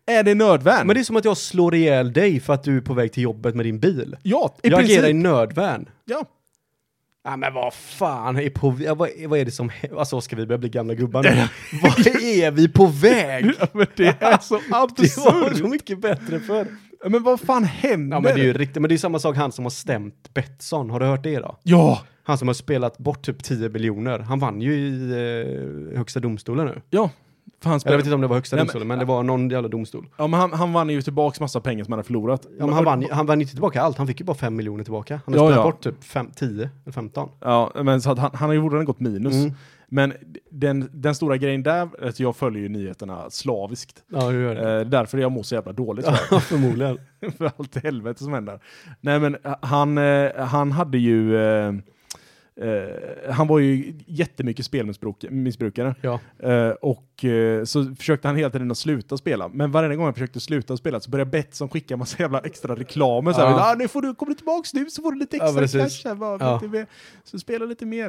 S2: Är det nödvärn?
S3: Men det är som att jag slår ihjäl dig för att du är på väg till jobbet med din bil.
S2: ja, i
S3: jag
S2: princip.
S3: agerar i nödvärn. [laughs]
S2: Ja.
S3: Ja men vad fan, är på, ja, vad, vad är det som hä- Alltså ska vi börja bli gamla gubbar nu? [laughs] vad är vi på väg?
S2: ja, men [laughs] det är så
S3: Det var så
S2: absurt.
S3: mycket bättre förr.
S2: Men vad fan händer?
S3: Ja men det är ju riktigt, men det är samma sak han som har stämt Betsson, har du hört det då?
S2: ja.
S3: Han som har spelat bort typ 10 miljoner, han vann ju i eh, högsta domstolen nu.
S2: ja. För han,
S3: Eller jag
S2: spelade,
S3: vet inte om det var högsta
S2: Nej, men-
S3: domstolen, men, det var någon jävla domstol.
S2: ja, men han, han vann ju tillbaks massa pengar som han hade förlorat.
S3: Ja, men han, vann, ju- han vann ju inte tillbaka allt, han fick ju bara 5 miljoner tillbaka. Han har
S2: Ja,
S3: spelat
S2: ja.
S3: bort typ fem- 10 eller 15.
S2: Ja, men så att han, han har ju fortfarande gått minus.
S3: Mm.
S2: Men den, den stora grejen där, är att jag följer ju nyheterna slaviskt.
S3: Ja, hur gör
S2: Eh, därför jag mår så jävla dåligt.
S3: [laughs] Ja, förmodligen.
S2: [laughs] för allt helvete som händer. Nej men eh, han, eh, han hade ju... Eh, eh, han var ju jättemycket spelmissbrukare.
S3: Ja.
S2: Eh, och eh, så försökte han hela tiden att sluta spela. Men varenda gång han försökte sluta spela så började Betsson skicka en massa jävla extra reklamer. Så här,
S3: Ja.
S2: ah, nu får du, kommer du tillbaks nu så får du lite
S3: Ja,
S2: extra
S3: precis.
S2: cash här. Bara,
S3: Ja.
S2: vet du vad? Så spela lite mer.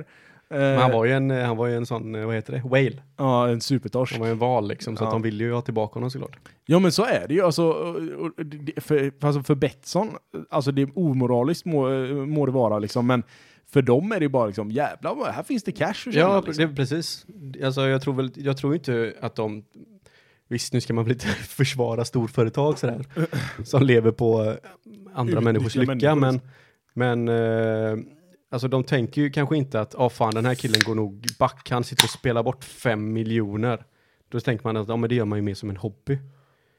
S2: Eh,
S3: Men han var ju en, han var ju en sån, eh, vad heter det, whale.
S2: Ja, en supertorsk.
S3: Han var ju en val liksom, så
S2: Ja.
S3: att de ville ju ha tillbaka honom såklart.
S2: Ja men så är det ju. Alltså, och- och det- för, för- alltså för Betsson, alltså det är omoraliskt må, må det vara liksom, men för dem är det ju bara liksom jävlar, vad- här finns det cash att tjäna,
S3: Ja,
S2: liksom.
S3: det, precis. Alltså jag tror väl, jag tror inte att de, visst nu ska man väl inte [laughs] försvara storföretag sådär, som lever på eh, andra
S2: Utnyttja
S3: människors lycka,
S2: människor,
S3: men, men eh, Alltså de tänker ju kanske inte att, ja fan den här killen går nog back, han sitter och spelar bort fem miljoner. Då tänker man att, ja men det gör man ju mer som en hobby.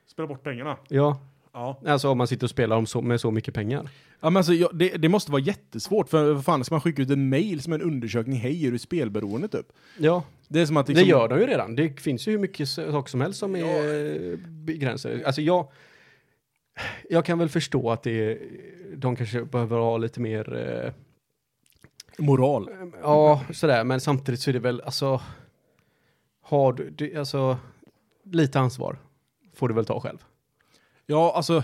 S2: Spela bort pengarna.
S3: Ja,
S2: Ja.
S3: alltså om man sitter och spelar om så, med så mycket pengar.
S2: ja men alltså, jag, det, det måste vara jättesvårt. För vad fan, ska man skicka ut en mail som en undersökning? Hej, är du spelberoende typ?
S3: Ja,
S2: Det är som att liksom
S3: det gör de ju redan. Det finns ju hur mycket s- saker som helst som är eh, begränsade. Alltså jag, jag kan väl förstå att det är, de kanske behöver ha lite mer, eh,
S2: Moral.
S3: ja sådär, men samtidigt så är det väl, alltså, har du, det, alltså, lite ansvar får du väl ta själv.
S2: Ja, alltså.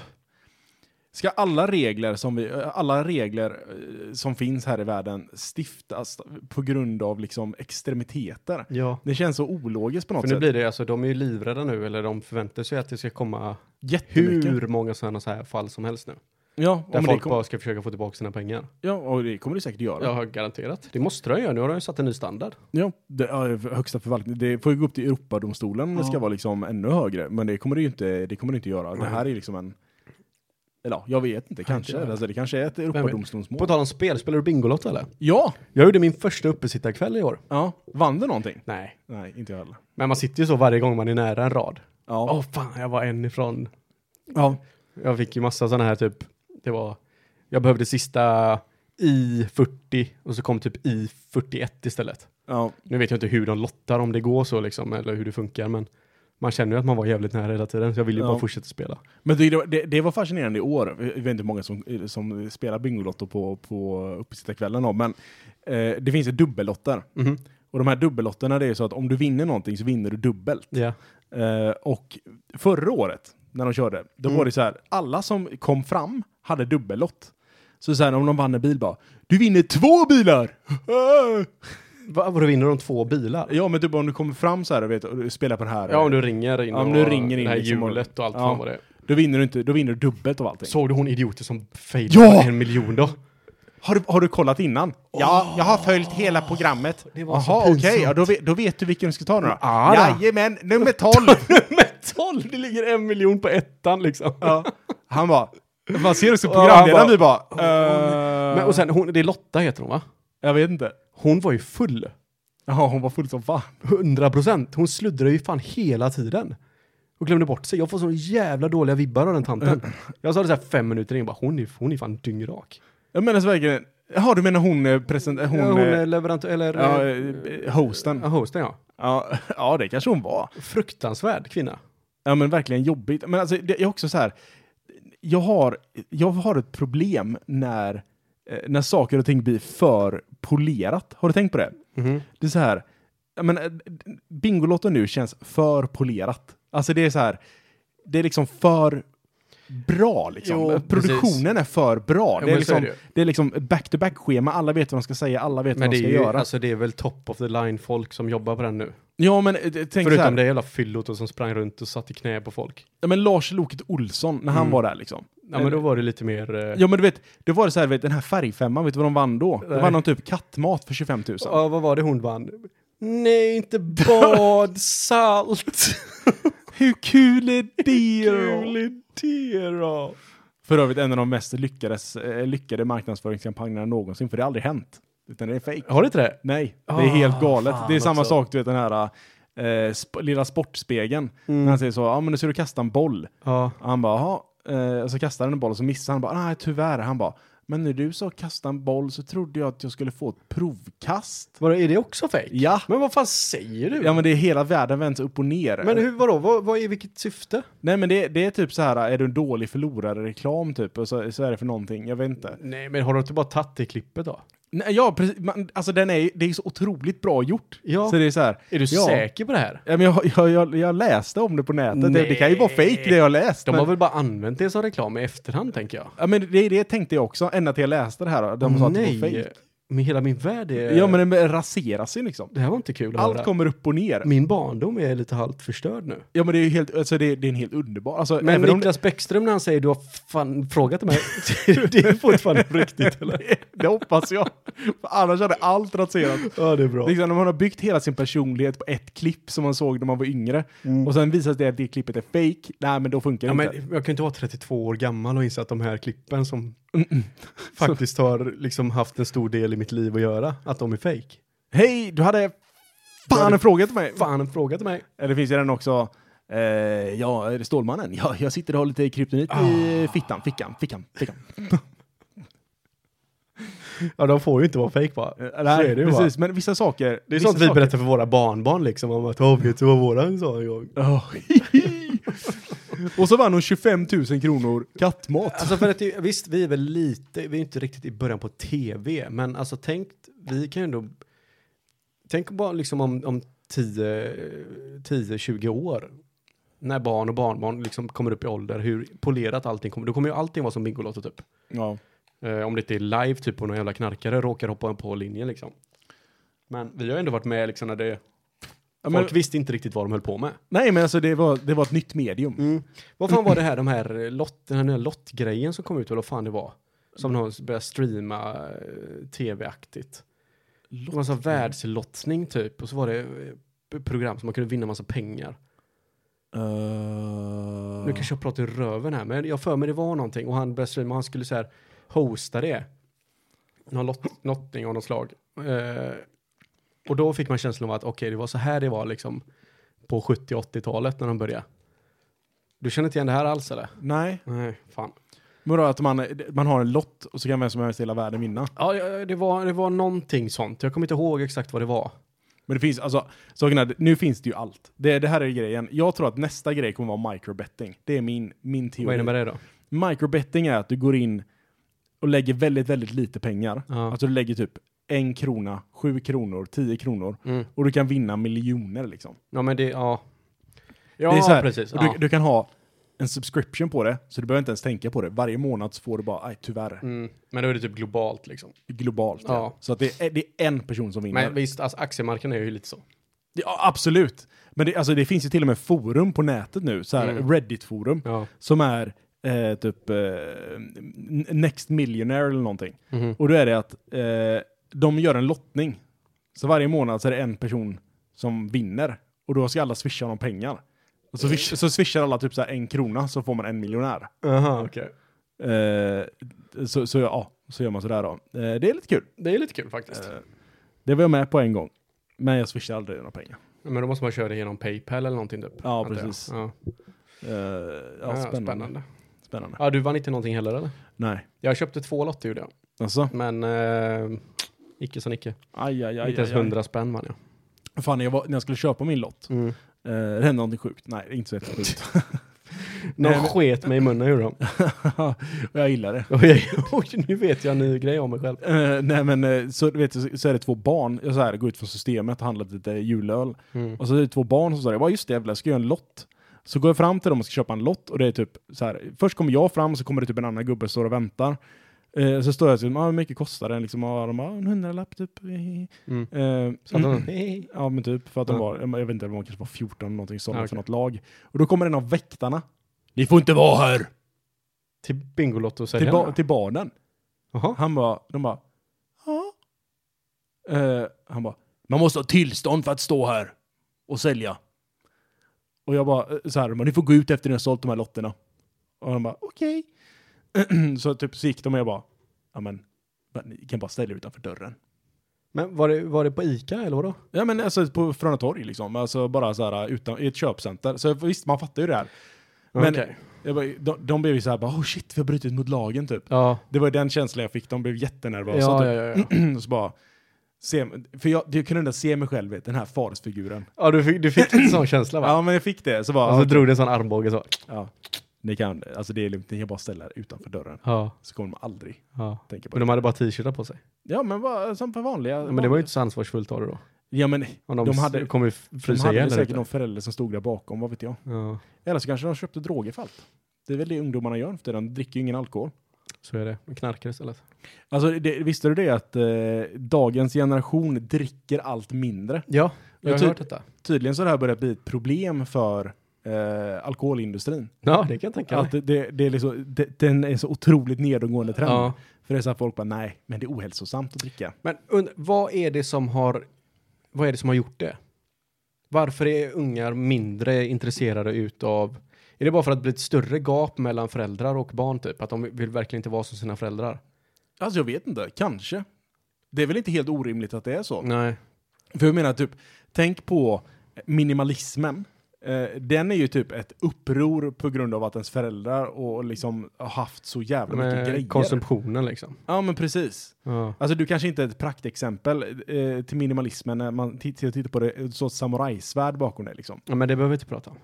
S2: Ska alla regler som, vi, alla regler eh, som finns här i världen stiftas på grund av liksom extremiteter?
S3: Ja.
S2: Det känns så ologiskt på något
S3: För nu
S2: sätt.
S3: blir det, alltså de är ju livrädda nu, eller de förväntar sig att det ska komma
S2: Jättemycket.
S3: hur många sådana så här fall som helst nu.
S2: Ja,
S3: Där
S2: och men det
S3: folk
S2: kom,
S3: bara ska försöka få tillbaka sina pengar.
S2: ja, och det kommer det säkert göra.
S3: Ja, garanterat. Det måste de göra, nu har de ju satt en ny standard.
S2: Ja, det, ja, högsta förvaltning. Det får ju gå upp till Europadomstolen om det ska
S3: Ja.
S2: vara liksom ännu högre. Men det kommer det ju inte, det kommer det inte göra. Det här är liksom en... Eller ja, jag vet inte, kanske.
S3: det-
S2: Alltså, det kanske är ett
S3: På
S2: Europadomstolsmål.
S3: tal om spel, spelar du Bingolotto eller?
S2: Ja!
S3: Jag gjorde min första uppesittarkväll i år.
S2: ja! Vann du någonting?
S3: Nej.
S2: Nej, inte jag heller.
S3: Men man sitter ju så varje gång man är nära en rad.
S2: Ja.
S3: Åh fan, jag var en ifrån.
S2: ja.
S3: Jag fick ju massa sådana här typ, det var, jag behövde sista i 40 och så kom typ i 41 istället.
S2: ja.
S3: Nu vet jag inte hur de lottar, om det går så liksom, eller hur det funkar, men man känner ju att man var jävligt nära hela tiden, så jag ville ju
S2: Ja.
S3: bara fortsätta spela.
S2: Men det, det, det var fascinerande i år. Jag vet inte hur många som, som spelar Bingolotto på, på uppesittarkvällen, då, men eh, det finns ju dubbellotter.
S3: Mhm.
S2: Och de här dubbellotterna, det är ju så att om du vinner någonting så vinner du dubbelt.
S3: Ja.
S2: Eh, och förra året, när de körde, då
S3: Mm.
S2: var det så här, alla som kom fram hade dubbellott. Så så här, om de vann en bil bara, du vinner två bilar! [laughs]
S3: Va, vadå, vinner de två bilar?
S2: ja, men typ om du kommer fram så här och, vet, och du spelar på den här,
S3: Ja, om du ringer in
S2: Ja, om
S3: och
S2: du ringer in
S3: det här
S2: liksom och-
S3: hjulet och allt
S2: Ja.
S3: fan vad det är.
S2: då vinner du inte, då vinner du dubbelt av allting.
S3: Såg du hon idioten som failade
S2: Ja!
S3: på en miljon då? [laughs]
S2: Har du, har du kollat innan? Ja, jag har följt hela programmet.
S3: Det var så
S2: Jaha, okej,
S3: pinsamt.
S2: ja, då, vet- då vet du vilken du ska ta nu då.
S3: Ja, då.
S2: Jajamän, nummer
S3: [laughs]
S2: 12!
S3: Men 12, det ligger en miljon på ettan liksom.
S2: ja. Han bara, man ser också
S3: Ja, han
S2: programledaren,
S3: bara-
S2: vi bara... eh,
S3: Men, och sen, hon, det är Lotta heter hon va?
S2: jag vet inte.
S3: Hon var ju full.
S2: Ja, hon var full som fan.
S3: 100 procent. Hon sluddrade ju fan hela tiden. Och glömde bort sig. Jag får så jävla dåliga vibbar av den tanten.
S2: Mm.
S3: Jag sa det så här fem minuter in, bara, hon, är, hon är fan dyngrak.
S2: Jag menar så verkligen... Jaha, du menar hon eh, present... Hon...
S3: Hon, ja, hon
S2: eh,
S3: är leverantör, eller
S2: ja,
S3: ja,
S2: eh, hosten.
S3: hosten ja.
S2: Ja, [laughs] ja, det kanske hon var.
S3: Fruktansvärd kvinna.
S2: Ja, men verkligen jobbigt. Men alltså, det är också så här... Jag har, jag har ett problem när, eh, när saker och ting blir för polerat. Har du tänkt på det? Det är så här... Jag menar, eh, Bingolotto nu känns för polerat. Alltså det är så här... Det är liksom för bra liksom.
S3: Jo,
S2: Produktionen är för bra. det, är
S3: men så är
S2: liksom,
S3: det ju.
S2: det är liksom back-to-back-schema. Alla vet vad de ska säga, alla vet
S3: Men
S2: vad
S3: det
S2: de
S3: är,
S2: ska
S3: ju,
S2: göra.
S3: alltså, det är väl top of the line folk som jobbar på den nu.
S2: Ja, men eh, tänk så här.
S3: Förutom det jävla fyllot och som sprang runt och satt i knä på folk.
S2: Ja, men Lars Loket Olsson, när han var där liksom.
S3: Mm. Ja men då var det lite mer... eh,
S2: Ja, men du vet, det var det så här, vet, den här färgfemman, vet du vad de vann då?
S3: Nej.
S2: Då vann de typ kattmat för 25 000.
S3: Ja, vad var det hon vann? Nej, inte bad, [laughs] salt.
S2: Hur kul är det
S3: [laughs] Kul
S2: då?
S3: är det då?
S2: För övrigt en av de mest lyckades, eh, lyckade marknadsföringskampanjerna någonsin, för det har aldrig hänt. Utan det är fake.
S3: Har du inte det?
S2: Nej, det är
S3: Ah,
S2: helt galet.
S3: fan
S2: Det är samma
S3: också.
S2: sak, du vet den här eh, sp- lilla sportspegeln.
S3: Mm.
S2: När han säger så, ja men nu ska du kasta en boll.
S3: Ja.
S2: Han bara, jaha. Eh, och så kastar han en boll och så missar han. bara, nej tyvärr. Han bara, men när du sa kasta en boll så trodde jag att jag skulle få ett provkast.
S3: Vadå, är det också fake?
S2: Ja.
S3: Men vad fan säger du?
S2: Ja men det är hela världen vänds upp och ner.
S3: Men hur, vadå, vad, vad är vilket syfte?
S2: Nej men det, det är typ så här, är du en dålig förlorare reklam typ? Och så, så är det för någonting, jag vet inte.
S3: Nej, men har du inte bara tagit det klippet då?
S2: Nej, ja precis, man, alltså den är, det är så otroligt bra gjort.
S3: Ja.
S2: Så det är så här.
S3: Är du
S2: ja.
S3: säker på det här?
S2: Ja, men jag, jag, jag, jag läste om det på nätet, det, det kan ju vara fake det jag läst.
S3: De
S2: men,
S3: har väl bara använt det som reklam i efterhand, tänker jag.
S2: ja, men det, det tänkte jag också, ända till jag läste det här. De sa att det var
S3: Nej,
S2: fake.
S3: men hela min värld är...
S2: Ja men den raseras ju liksom.
S3: Det här var inte kul att höra.
S2: Allt kommer upp och ner.
S3: Min barndom är lite halvt förstörd nu.
S2: Ja men det är ju helt, alltså det, det är en helt underbar, alltså
S3: Men
S2: även om
S3: Niklas Bäckström när han säger du har fan frågat mig, [laughs] det är fortfarande på riktigt eller?
S2: det, [laughs] det hoppas jag. För annars hade allt raserat.
S3: [laughs] Ja det är bra.
S2: Liksom, när man har byggt hela sin personlighet på ett klipp som man såg när man var yngre
S3: Mm.
S2: och sen visar det att det klippet är fake, nej men då funkar det
S3: Ja,
S2: inte.
S3: men jag kan ju inte vara 32 år gammal och inse att de här klippen som [laughs] faktiskt har liksom haft en stor del i mitt liv att göra, att de är fake.
S2: Hej, du hade
S3: Du
S2: fan
S3: hade-
S2: en fråga till mig.
S3: Fan, en fråga till mig.
S2: Eller finns det den också? Eh, ja, är det Stålmannen? Ja, jag sitter och har lite kryptonit i fittan, fickan, fickan, fickan.
S3: Ja, de får ju inte vara fake va?
S2: Eh, nej,
S3: är det ju,
S2: precis. Men vissa saker...
S3: Det är
S2: vissa
S3: sånt vi
S2: saker-
S3: berättar för våra barnbarn liksom, om att åh, vet du vad våran sa en gång?
S2: Ja. [laughs] och så vann hon 25 000 kronor kattmat.
S3: Alltså för att det, visst, vi är väl lite, vi är inte riktigt i början på tv, men alltså tänk, vi kan ju ändå, tänk bara liksom om, om 10-20 år, när barn och barnbarn liksom kommer upp i ålder, hur polerat allting kommer, då kommer ju allting vara som Bingolotto typ.
S2: Ja.
S3: Eh, om det inte är live typ och någon jävla knarkare råkar hoppa på linjen liksom. Men vi har ju ändå varit med liksom när det,
S2: Ja, men,
S3: folk visste inte riktigt vad de höll på med.
S2: nej, men alltså det var, det var ett nytt medium.
S3: Mm. Vad fan var det här, de här eh, lott, den här nya lottgrejen som kom ut, eller vad fan det var? Som någon började streama eh, tv-aktigt. Det var en sån världslottning typ, och så var det eh, p- program som man kunde vinna massa pengar.
S2: Eh,
S3: Nu kanske jag pratar i röven här, men jag för mig det var någonting och han började streama, och han skulle så här hosta det. Någon lott, lottning av något slag. Eh, och då fick man känslan av att okej, det var så här det var liksom på 70-80-talet när de började. Du känner inte igen det här alls eller?
S2: Nej.
S3: Nej, fan.
S2: Men då att man, man har en lott och så kan vem som helst i hela världen vinna.
S3: Ja, ja, det var, det var någonting sånt. Jag kommer inte ihåg exakt vad det var.
S2: Men det finns, alltså, saken är, nu finns det ju allt. Det, det här är grejen. Jag tror att nästa grej kommer vara microbetting. Det är min, min teori.
S3: Vad innebär det då?
S2: Microbetting är att du går in och lägger väldigt, väldigt lite pengar.
S3: Ja.
S2: Alltså du lägger typ en krona, sju kronor, tio kronor.
S3: Mm.
S2: Och du kan vinna miljoner liksom.
S3: Ja, men det, ja. Ja,
S2: det är så här,
S3: precis.
S2: och
S3: Ja.
S2: Du, du kan ha en subscription på det, så du behöver inte ens tänka på det. Varje månad så får du bara, aj, tyvärr,
S3: Mm. Men då är det typ globalt liksom.
S2: globalt.
S3: Ja.
S2: Ja. Så att det, är, det är en person som vinner.
S3: Men visst, alltså, aktiemarknaden är ju lite så.
S2: Ja, absolut. Men det, alltså, det finns ju till och med forum på nätet nu, så här
S3: Mm.
S2: Reddit-forum,
S3: Ja.
S2: som är eh, typ eh, n- Next Millionaire eller någonting.
S3: Mhm.
S2: Och då är det att eh, de gör en lottning. Så varje månad så är det en person som vinner. Och då ska alla swisha honom pengar. Och så, swish, så swishar alla typ så här en krona så får man en miljonär.
S3: Aha, okej.
S2: Eh, så, så, ja, så gör man sådär då. Eh, det är lite kul.
S3: Det är lite kul faktiskt.
S2: Eh, det var jag med på en gång. Men jag swishar aldrig några pengar.
S3: Men då måste man köra det genom Paypal eller någonting typ.
S2: Ja,
S3: antar jag.
S2: precis.
S3: Ja.
S2: Eh, ja,
S3: Ja,
S2: spännande. spännande.
S3: spännande. Ja, du vann inte någonting heller eller?
S2: Nej.
S3: Jag köpte två lotter gjorde jag.
S2: Alltså?
S3: Men eh, icke som icke.
S2: Aj, aj, aj.
S3: inte ens
S2: aj, aj.
S3: hundra spänn vann jag.
S2: Fan, när jag, var, när jag skulle köpa min lott, eh, det hände någonting sjukt. Nej, det är inte så jättesjukt. [laughs]
S3: De
S2: men-
S3: sket mig i munnen gjorde de. [laughs]
S2: och jag gillar det.
S3: Och jag- Oj, nu vet jag en ny grej om mig själv.
S2: Eh, nej men eh, så, du vet, så- så är det två barn, jag så här, går ut från systemet och handlar lite julöl. Och så är det två barn som säger, vad just det jävlar, jag ska göra en lott. Så går jag fram till dem och ska köpa en lott och det är typ så här, först kommer jag fram och så kommer det typ en annan gubbe som står och väntar. Eh, så står jag och säger, ah, hur mycket kostar den? Liksom, ah, de bara, ah, en hundralapp typ.
S3: Mm.
S2: Eh,
S3: Så att de, hej.
S2: Ja men typ, för att de
S3: Ja.
S2: var, jag vet inte, de var kanske var 14 eller någonting sånt
S3: Ja,
S2: för
S3: okej.
S2: något lag. Och då kommer en av väktarna. Ni får inte vara här!
S3: Till
S2: Till, ba
S3: Bingolotto-säljarna?
S2: till barnen.
S3: Jaha.
S2: Han bara, de bara, ja. Eh, han bara, man måste ha tillstånd för att stå här och sälja. Och jag bara, eh, så här, de bara, ni får gå ut efter ni har sålt de här lotterna. Och de bara, okej. [clears throat] så typ så gick de och jag bara, ja men, bara, ni kan bara ställa er utanför dörren.
S3: Men var det, var det på Ica eller vadå?
S2: Ja men alltså på Frölunda torg liksom, alltså bara så här utan, i ett köpcenter. Så visst, man fattar ju det här. Men
S3: Okej.
S2: jag bara, de, de blev ju så här bara, oh shit, vi har brutit mot lagen typ.
S3: Ja.
S2: Det var ju den känslan jag fick, de blev jättenervösa.
S3: Ja, ja,
S2: typ.
S3: ja, ja.
S2: Och [clears throat] så bara, se, för jag, jag kunde inte se mig själv, vet, den här farsfiguren.
S3: ja du, fick, du fick en sån känsla va?
S2: Ja men jag fick det, så bara,
S3: Och så Alltså, drog du en sån armbåge så.
S2: ja, ni kan, alltså det är lugnt, ni kan bara ställa er utanför dörren.
S3: Ja.
S2: Så kommer de aldrig
S3: ja.
S2: tänka på
S3: Men
S2: det.
S3: de hade bara t-shirtar på sig.
S2: Ja men vad, som för vanliga.
S3: Ja, men det var ju inte så ansvarsfullt av det då.
S2: ja men
S3: Om
S2: de, hade,
S3: kommer ju
S2: de
S3: frysa
S2: hade
S3: ihjäl
S2: väl
S3: där
S2: säkert
S3: ute.
S2: någon förälder som stod där bakom, vad vet jag.
S3: Ja,
S2: Eller så kanske de köpte droger för allt. Det är väl det ungdomarna gör för de dricker ju ingen alkohol.
S3: så är det. De knarkar istället.
S2: Alltså, det, visste du det att eh, dagens generation dricker allt mindre?
S3: Ja, Typ- jag har
S2: ty-
S3: hört detta.
S2: Tydligen så har det här börjat bli ett problem för eh, alkoholindustrin.
S3: Ja, det kan jag tänka
S2: Att
S3: mig.
S2: det, det, det är liksom, det, den är så otroligt nedåtgående trend.
S3: Ja.
S2: För det är så här folk bara, nej, men det är ohälsosamt att dricka.
S3: Men und- vad är det som har, vad är det som har gjort det? Varför är ungar mindre intresserade utav, Är det bara för att det blir ett större gap mellan föräldrar och barn typ? Att de vill verkligen inte vara som sina föräldrar?
S2: Alltså jag vet inte, kanske. Det är väl inte helt orimligt att det är så.
S3: Nej.
S2: För jag menar typ, tänk på minimalismen. Eh, den är ju typ ett uppror på grund av att ens föräldrar och liksom har haft så jävla mycket grejer.
S3: Med konsumtionen liksom.
S2: Ja men precis.
S3: Ja.
S2: Alltså du kanske inte är ett praktexempel eh, till minimalismen när man t- tittar på det, så ett samurajsvärd bakom dig liksom.
S3: ja, men det behöver vi inte prata om.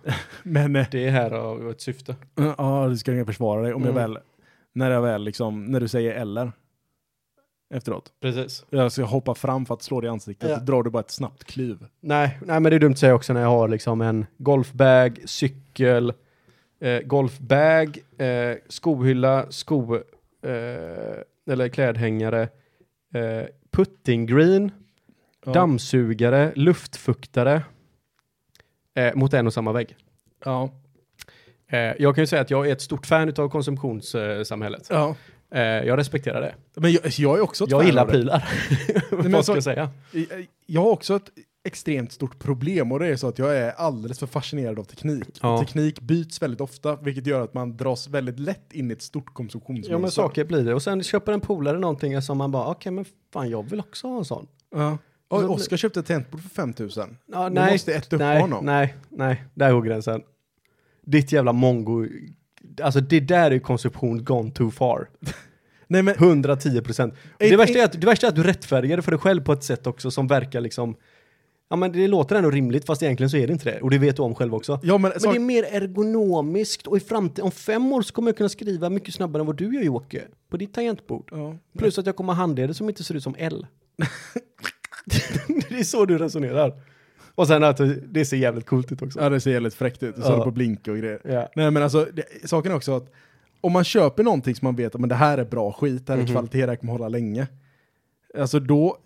S2: Men eh,
S3: Det är här av ett syfte.
S2: ja, du ska jag försvara dig om jag
S3: Mm.
S2: väl, när jag väl liksom, när du säger eller. Efteråt.
S3: Precis.
S2: Alltså jag hoppar fram för att slå dig i ansiktet,
S3: Ja.
S2: då drar du bara ett snabbt kliv.
S3: Nej, nej, men det är dumt att säga också när jag har liksom en golfbag, cykel, eh, golfbag, eh, skohylla, sko eh, eller klädhängare, eh, puttinggreen,
S2: Ja.
S3: dammsugare, luftfuktare eh, mot en och samma vägg.
S2: Ja.
S3: Eh, jag kan ju säga att jag är ett stort fan av konsumtionssamhället. Eh, samhället.
S2: ja.
S3: eh, jag respekterar det.
S2: Men jag, alltså, jag är också ett
S3: Jag
S2: fan
S3: gillar
S2: av det. [laughs]
S3: prylar.
S2: men
S3: Vad ska
S2: så-
S3: jag säga?
S2: Jag har också ett extremt stort problem och det är så att jag är alldeles för fascinerad av teknik.
S3: Ja.
S2: Och teknik byts väldigt ofta, vilket gör att man dras väldigt lätt in i ett stort konsumtionsmönster.
S3: Ja men saker blir det. Och sen köper en polare någonting som man bara, okej men fan jag vill också ha en sån.
S2: Ja. Oj, Oskar köpte ett tangentbord för 5000.
S3: Ja,
S2: Du
S3: nej,
S2: måste äta upp
S3: nej,
S2: honom.
S3: Nej, nej, där går gränsen. Ditt jävla mongo, alltså det där är konsumtion gone too far.
S2: Nej men,
S3: 110 procent. Det,
S2: Ett-
S3: värsta är att- det värsta är att du rättfärdigar det för dig själv på ett sätt också som verkar liksom, ja men det låter ändå rimligt fast egentligen så är det inte det. Och det vet du om själv också.
S2: ja, men,
S3: Men
S2: sak-
S3: det är mer ergonomiskt och i framtiden, om fem år så kommer jag kunna skriva mycket snabbare än vad du gör Jocke, på ditt tangentbord.
S2: ja.
S3: Plus att jag kommer ha handleder som inte ser ut som L. [laughs] det är så du resonerar. Och sen att det ser jävligt coolt ut också.
S2: ja, det ser jävligt fräckt ut. Så
S3: Ja.
S2: håller på att blinka och grejer.
S3: Ja.
S2: Nej men alltså, det, saken är också att om man köper någonting som man vet att men det här är bra skit, det
S3: Mhm.
S2: här är kvalitet, det här kommer hålla länge. Alltså då,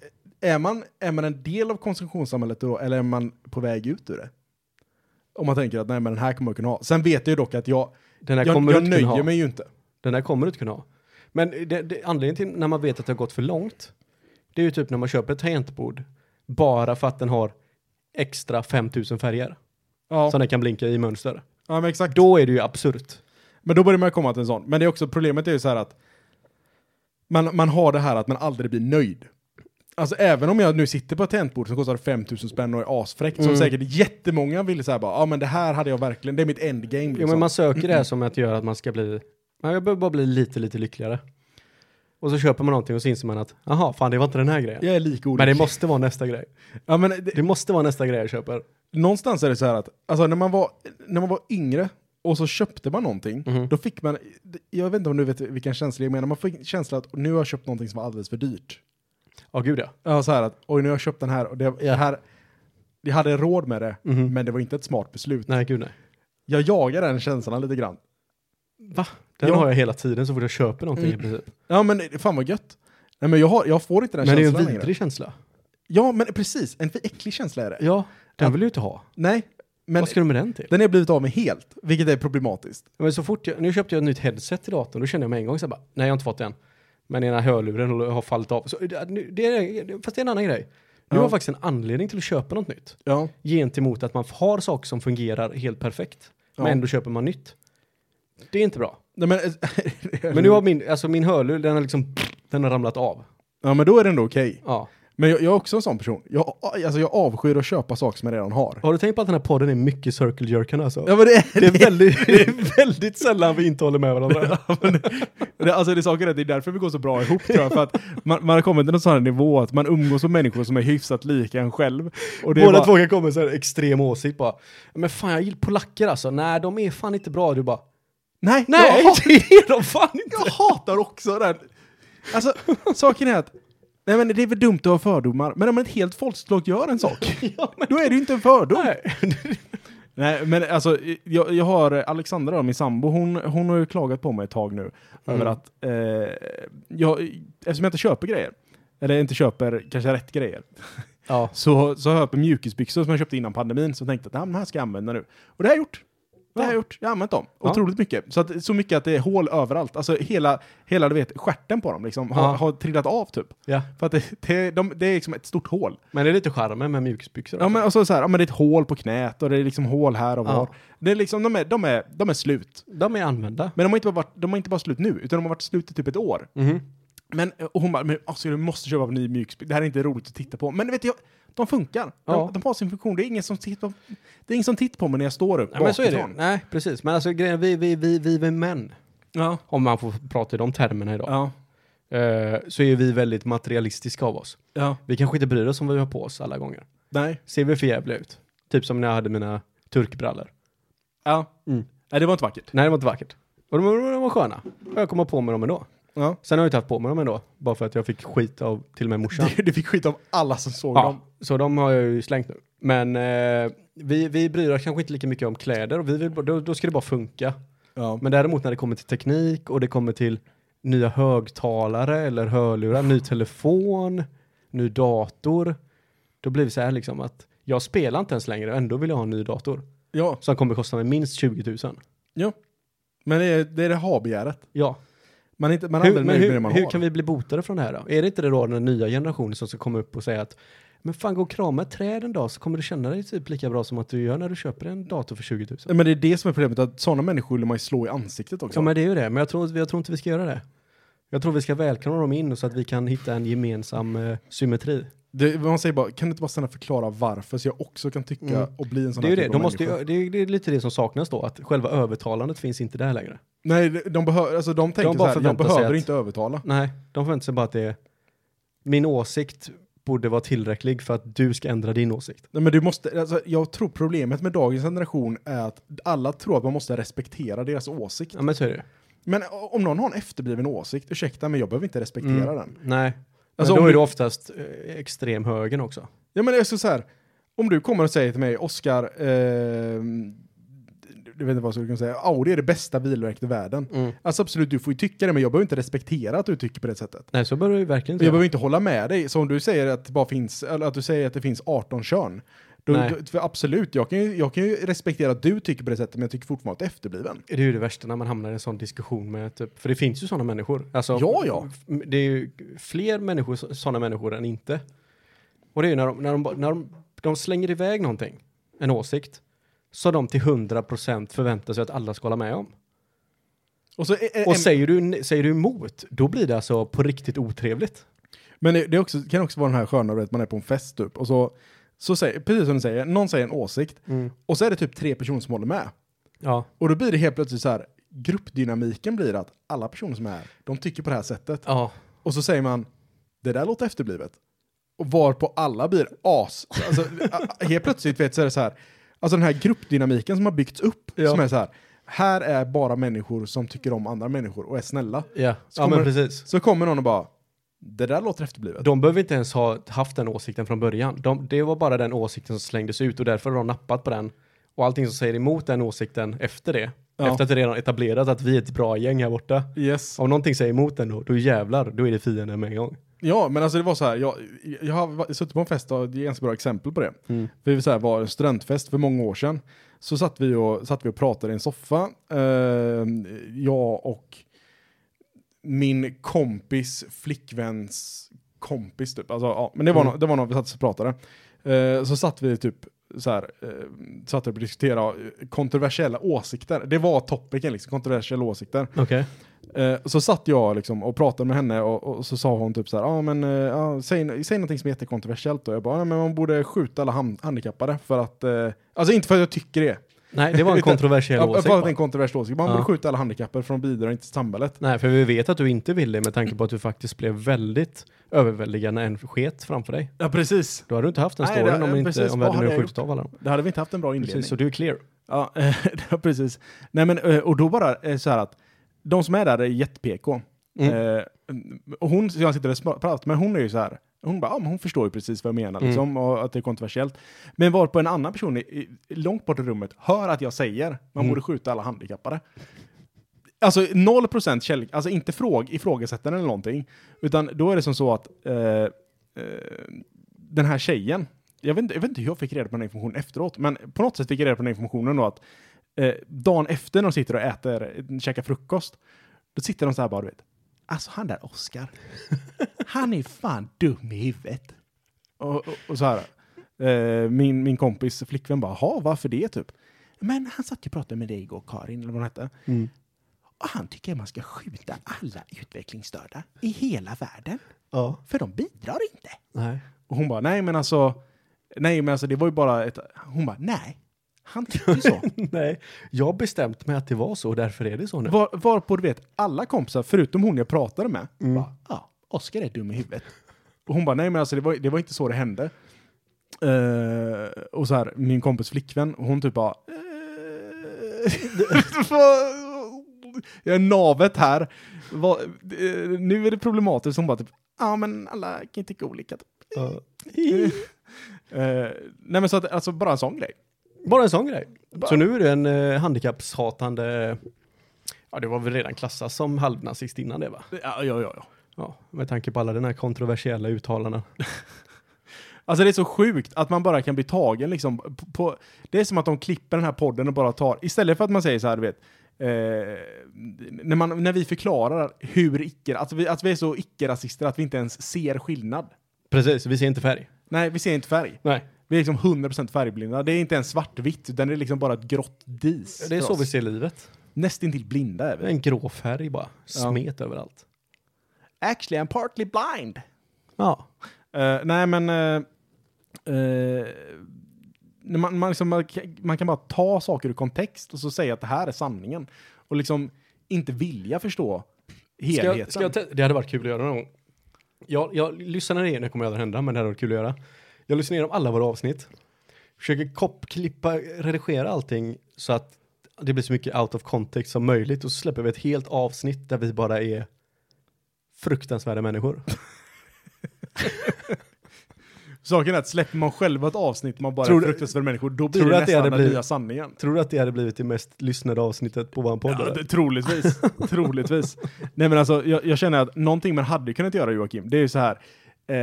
S2: är man, är man en del av konsumtionssamhället då, eller är man på väg ut ur det? Om man tänker att nej men den här kommer jag kunna ha. Sen vet jag ju dock att jag,
S3: Den här
S2: jag,
S3: kommer
S2: jag
S3: du inte kunna
S2: nöjer
S3: ha.
S2: mig ju inte.
S3: Den här kommer du inte kunna ha. Men det, det, anledningen till när man vet att det har gått för långt, det är ju typ när man köper ett tangentbord bara för att den har extra 5000 färger
S2: Ja,
S3: som den kan blinka i mönster.
S2: ja men exakt.
S3: Då är det ju absurt.
S2: Men då börjar man komma till en sån. Men det är också, problemet är ju så här att man, man har det här att man aldrig blir nöjd. Alltså även om jag nu sitter på ett tangentbord som kostar 5000 spänn och är asfräckt,
S3: Mm.
S2: som säkert jättemånga vill säga bara, ja ah, men det här hade jag verkligen, det är mitt endgame liksom.
S3: Jo, men man söker det här som att göra att man ska bli, man jag behöver bara bli lite, lite lyckligare. Och så köper man någonting och så inser man att, jaha, fan det var inte den här grejen.
S2: Jag är lika
S3: Men det
S2: olycklig.
S3: måste vara nästa grej.
S2: ja, men det,
S3: Det måste vara nästa grej jag köper.
S2: någonstans är det så här att, alltså när man var, när man var yngre och så köpte man någonting,
S3: Mm-hmm.
S2: då fick man, jag vet inte om du vet vilken känsla jag menar, man fick känslan att nu har jag köpt någonting som var alldeles för dyrt.
S3: Ja, gud ja.
S2: Ja, så här att oj, nu har jag köpt den här och det, det här, jag hade råd med det,
S3: Mhm.
S2: men det var inte ett smart beslut.
S3: Nej, gud nej.
S2: Jag jagar den känslan lite grann.
S3: Va? Den
S2: Ja. Mm.
S3: har jag hela tiden så fort jag köper någonting i princip.
S2: Ja, men fan vad gött. Nej, men jag, har, jag får inte den
S3: Men det är ju en
S2: känslan
S3: vidrig
S2: längre.
S3: känsla.
S2: Ja, men precis. En äcklig känsla är det.
S3: Ja, den
S2: Ja.
S3: vill du ju inte ha.
S2: Nej, men
S3: Vad ska du med den till?
S2: den har jag blivit av med helt, vilket är problematiskt.
S3: Ja, Men så fort jag, nu köpte jag ett nytt headset till datorn, då kände jag mig en gång så här bara, nej jag har inte fått den. Men ena hörluren har fallit av. Så, det, nu- det är, fast det är en annan grej. Du
S2: Ja.
S3: har faktiskt en anledning till att köpa något nytt.
S2: Ja.
S3: Gentemot att man har saker som fungerar helt perfekt.
S2: Ja.
S3: Men ändå köper man nytt. Det är inte bra.
S2: Nej, men, [laughs]
S3: Men nu har min, alltså min hörlur, den har liksom, den har ramlat av.
S2: ja, men då är det ändå okej.
S3: Ja.
S2: Men jag, jag är också en sån person. Jag, alltså, jag avskyr att köpa saker som jag redan har.
S3: Har du tänkt på att den här podden är mycket circle jerken alltså?
S2: Ja, men [laughs] det,
S3: Det är, väldigt, det är [laughs] väldigt sällan vi inte håller med varandra.
S2: Det, alltså det saker är att det är därför vi går så bra ihop tror jag, för att man, man har kommit till en sån här nivå att man umgås med människor som är hyfsat lika en själv. Och det är
S3: Båda
S2: bara,
S3: två kan komma med så här extrem åsikt bara. Men fan jag gillar polacker alltså, nej de är fan inte bra. Du bara,
S2: Nej,
S3: nej
S2: Jag, hat,
S3: [laughs] det är de fan inte.
S2: jag hatar också den. Alltså, saken är att Nej men det är väl dumt att ha fördomar, men om ett helt folkslag gör en sak, då är det ju inte en fördom. Nej, men alltså, jag, jag har Alexandra, då, min sambo, hon, hon har ju klagat på mig ett tag
S3: Mm.
S2: nu. Över att, eh, jag, eftersom jag inte köper grejer, eller inte köper kanske rätt grejer,
S3: Ja.
S2: så, så har jag på mjukisbyxor som jag köpte innan pandemin, som tänkte att "Nej, men de här ska jag använda nu. Och det har jag gjort. Det har jag gjort. Jag har använt dem.
S3: Ja.
S2: Otroligt mycket. Så, att, så mycket att det är hål överallt. Alltså hela, hela du vet, stjärten på dem liksom har,
S3: Ja.
S2: har trillat av typ.
S3: Ja.
S2: För att det, det, de, det är liksom ett stort hål.
S3: Men det är lite charmen med mjukisbyxor.
S2: Ja
S3: alltså. också.
S2: men, och så, så här, ja, men det är ett hål på knät och det är liksom hål här och
S3: Ja.
S2: var. Det är liksom, de är, de är, de är slut.
S3: De är använda.
S2: Men de har, inte bara varit, de har inte bara slut nu, utan de har varit slut i typ ett år.
S3: Mhm.
S2: Men, och hon bara, men alltså jag måste köpa en ny mjukisbyxa. Det här är inte roligt att titta på. Men vet jag, de funkar. De,
S3: Ja.
S2: de har sin funktion. Det är ingen som tittar på, det är ingen som tittar på mig när jag står upp
S3: Nej, men så är det.
S2: bakifrån.
S3: Nej, precis. Men alltså grejen, vi, vi, vi, vi, vi är män.
S2: Ja.
S3: Om man får prata i de termerna idag.
S2: Ja.
S3: Eh, så är vi väldigt materialistiska av oss.
S2: Ja.
S3: Vi kanske inte bryr oss om vad vi har på oss alla gånger.
S2: Nej.
S3: Ser vi för jävla ut? Typ som när jag hade mina turkbrallor.
S2: Ja.
S3: Mm.
S2: Nej, det var inte vackert.
S3: Nej, det var inte vackert. Och de, de var sköna. Och jag kom ha på mig dem ändå.
S2: Ja.
S3: Sen har jag inte haft på mig dem ändå. Bara för att jag fick skit av till och
S2: [laughs]
S3: med morsan.
S2: Du, du fick skit av alla som såg
S3: Ja,
S2: dem.
S3: så de har jag ju slängt nu. Men eh, vi, vi bryr oss kanske inte lika mycket om kläder och vi vill, bara- då, då ska det bara funka.
S2: Ja.
S3: Men däremot när det kommer till teknik och det kommer till nya högtalare eller hörlurar, ny telefon, ny dator. Då blir det så här liksom att jag spelar inte ens längre och ändå vill jag ha en ny dator.
S2: Ja.
S3: Som kommer kosta mig minst 20 000.
S2: ja. Men det är det, är det ha-begäret.
S3: Ja,
S2: Man, är inte, man
S3: hur,
S2: använder
S3: men
S2: det ju när
S3: hur,
S2: man
S3: hur
S2: har.
S3: kan vi bli botade från det här då? Är det inte det då den nya generationen som ska komma upp och säga att men fan gå och krama ett träd en dag så kommer du känna dig typ lika bra som att du gör när du köper en dator för 20 000.
S2: Nej, Men det är det som är problemet, att sådana människor vill man ju slå i ansiktet också.
S3: Ja men det är ju det, men jag tror, jag tror inte vi ska göra det. Jag tror vi ska välkomna dem in så att vi kan hitta en gemensam eh, symmetri.
S2: det, man säger bara, kan du inte bara snälla förklara varför så jag också kan tycka
S3: Mm.
S2: och bli en sån
S3: Det är
S2: här
S3: ju det,
S2: typ av
S3: de måste
S2: människa?
S3: ju, det, är, det är lite det som saknas då, att själva övertalandet finns inte där längre.
S2: Nej, de- de, behöver, alltså, de tänker
S3: bara
S2: så här, jag
S3: förväntar sig
S2: behöver
S3: att-
S2: inte övertala.
S3: Nej, de förväntar sig bara att det är min åsikt borde vara tillräcklig för att du ska ändra din åsikt.
S2: Nej, men du måste, alltså, jag tror problemet med dagens generation är att alla tror att man måste respektera deras åsikt.
S3: Ja men så är det ju.
S2: Men om någon har en efterbliven åsikt, ursäkta men jag behöver inte respektera
S3: Mm.
S2: den.
S3: Nej.
S2: Alltså,
S3: men
S2: om
S3: då är
S2: du-
S3: det oftast eh, extremhögern också.
S2: Ja men det är så, så här, om du kommer och säger till mig, Oskar, ehm, jag vet inte vad jag skulle kunna säga, Audi är det bästa bilmärket i världen.
S3: Mm.
S2: Alltså absolut, du får ju tycka det, men jag behöver inte respektera att du tycker på det sättet.
S3: Nej, så bör det ju verkligen
S2: Och
S3: inte
S2: Jag
S3: göra.
S2: behöver inte hålla med dig. Så om du säger att det, bara finns, eller att, du säger att det finns 18 kön, då,
S3: Nej.
S2: då, för absolut, jag kan, ju, jag kan ju respektera att du tycker på det sättet, men jag tycker fortfarande att du är efterbliven.
S3: Det är ju det värsta när man hamnar i en sån diskussion med typ, för det finns ju sådana människor. Alltså,
S2: Ja, ja.
S3: f- Det är ju fler människor, sådana människor än inte. Och det är ju när de, när de, ba- när de, de slänger iväg någonting, en åsikt, så de till 100% förväntar sig att alla ska hålla med om.
S2: Och så, eh, är- är-
S3: Och
S2: en-
S3: säger du, säger du emot, då blir det alltså på riktigt otrevligt.
S2: men det det är också, kan också vara den här sköna, du vet, man är på en fest typ, och så, så säger, precis som du säger, någon säger en åsikt,
S3: Mm.
S2: och så är det typ tre personer som håller med.
S3: Ja.
S2: Och då blir det helt plötsligt så här, gruppdynamiken blir att alla personer som är här, de tycker på det här sättet.
S3: Ja.
S2: Och så säger man, det där låter efterblivet. Och varpå alla blir as. Alltså, [laughs] a- a- helt plötsligt vet, så är det så här, alltså den här gruppdynamiken som har byggts upp,
S3: Ja.
S2: som är så här, här är bara människor som tycker om andra människor och är snälla.
S3: Ja,
S2: Så
S3: ja men
S2: kommer-
S3: precis.
S2: Så kommer någon och bara, det där låter efterblivet.
S3: De behöver inte ens ha haft den åsikten från början. De, det var bara den åsikten som slängdes ut och därför har de nappat på den. Och allting som säger emot den åsikten efter det,
S2: Ja.
S3: efter att det redan etablerat att vi är ett bra gäng här borta.
S2: Yes.
S3: Om någonting säger emot den då, då jävlar, då är det fienden med en gång.
S2: Ja, men alltså det var så här, jag, jag har va- suttit på en fest och det är ganska bra exempel på det. Vi så här, var en studentfest för många år sedan. Så satt vi och, satt vi och pratade i en soffa. Eh, jag och min kompis flickväns kompis typ. Alltså, ja, men det var,
S3: Mm.
S2: nå- det var någon vi satt och pratade. Eh, så satt vi typ så här, eh, satt och diskuterade kontroversiella åsikter. Det var topicen liksom, kontroversiella åsikter.
S3: Okej.
S2: Eh, så satt jag liksom och pratade med henne och, och så sa hon typ så här, ah, men, eh, ja, säg, säg någonting som är jättekontroversiellt då. Jag bara, "Ja, men man borde skjuta alla ham- handikappade för att, eh, alltså inte för att jag tycker det.
S3: Nej, det var
S2: [laughs]
S3: en
S2: Utan-
S3: kontroversiell
S2: Jag, jag
S3: åsikt.
S2: pratade
S3: bara.
S2: en kontroversiell åsikt, man
S3: Ja.
S2: borde skjuta alla handikappade för de bidrar inte till samhället.
S3: Nej, för vi vet att du inte vill det med tanke på att du faktiskt blev väldigt överväldigad när en sket framför dig.
S2: Ja precis.
S3: Då hade du inte haft den
S2: Nej,
S3: storyn
S2: det-
S3: om, inte,
S2: precis,
S3: om vi
S2: vad
S3: hade
S2: hade
S3: nu
S2: jag
S3: skjutit av alla dem.
S2: Det hade vi inte haft en bra inledning.
S3: Precis, så du är clear.
S2: Ja, [laughs] eh, ja, precis. Nej men, eh, och då bara eh, så här att de som är där är jätte-PK.
S3: Mm.
S2: Eh, och hon, så jag sitter och sma- pratar, men hon är ju så här, hon bara, ja, men hon förstår ju precis vad jag menar liksom, och att det är kontroversiellt. Men var på en annan person i, i, långt bort i rummet hör att jag säger, man borde skjuta alla handikappade. Alltså 0% käll, alltså inte fråg, ifrågasättande eller någonting, utan då är det som så att eh, eh, den här tjejen, jag vet, inte, jag vet inte hur jag fick reda på den här informationen efteråt, men på något sätt fick jag reda på den här informationen då att Eh, dagen efter när de sitter och äter, käkar frukost, då sitter de så här bara, du vet. Alltså han där Oscar, han är fan dum i huvudet. Och, och, och så här. Eh, min, min kompis flickvän bara, ha varför det typ? Men han satt ju och pratade med dig igår, Karin, eller vad hon hette. Och han tycker att man ska skjuta alla utvecklingsstörda i hela världen.
S3: Ja.
S2: För de bidrar inte.
S3: Nej. [laughs]
S2: Och hon bara, nej men alltså, nej men alltså det var ju bara ett... Hon bara, nej. Han tycker så.
S3: Nej. Jag har bestämt mig att det var så och därför är det så nu.
S2: Var, varpå du vet, alla kompisar, förutom hon jag pratade med, bara, ja, Oskar är dum i huvudet. Och hon bara, nej men alltså det var, det var inte så det hände. Eh, och så här, min kompis flickvän, hon typ bara, eh, [laughs] vad- jag är navet här. Vad- eh, nu är det problematiskt. Hon bara typ, ja men alla kan tycka olika. Typ.
S3: Ja.
S2: Eh, nej men så att, alltså bara en sån grej.
S3: Bara en sån grej. Så nu är du en eh, handikappshatande... Ja, det var väl redan klassas som halvnazist innan det va?
S2: Ja, ja, ja. ja.
S3: Ja, med tanke på alla dina kontroversiella uttalanden.
S2: Alltså det är så sjukt att man bara kan bli tagen liksom. På, på, det är som att de klipper den här podden och bara tar, istället för att man säger så här, du vet, eh, när, man, när vi förklarar hur icke, att vi, att vi är så icke-rasister att vi inte ens ser skillnad.
S3: Precis, vi ser inte färg.
S2: Nej, vi ser inte färg.
S3: Nej.
S2: Vi är liksom 100% färgblinda. Det är inte ens svartvitt, utan det är liksom bara ett grått dis.
S3: Det är
S2: för
S3: så
S2: oss.
S3: vi ser livet.
S2: Nästintill blinda är vi.
S3: En grå färg bara. Smet överallt.
S2: Actually, I'm partly blind.
S3: Ja.
S2: Eh, nej, men... eh, eh, när man, man, liksom, man, kan- man kan bara ta saker ur kontext och så säga att det här är sanningen. Och liksom inte vilja förstå
S3: Ska
S2: helheten.
S3: jag, ska jag te- det hade varit kul att göra någon gång. Jag, jag lyssnade igenom, det kommer aldrig hända, men det hade varit kul att göra. Jag lyssnar igenom alla våra avsnitt. Försöker kopp, klippa, redigera allting så att det blir så mycket out of context som möjligt och så släpper vi ett helt avsnitt där vi bara är fruktansvärda människor. [laughs]
S2: Saken är att släpper man själv ett avsnitt man bara
S3: Tror
S2: tror,
S3: du-
S2: fruktansvärda människor, då blir
S3: tror du
S2: det
S3: att det
S2: nästan
S3: hade
S2: den
S3: blivit-
S2: nya sanningen.
S3: Tror du att det hade blivit det mest lyssnade avsnittet på vår podd?
S2: Ja,
S3: eller?
S2: det, troligtvis. [laughs] troligtvis. Nej, men alltså, jag, jag känner att någonting man hade kunnat göra, Joakim, det är ju så här. Eh,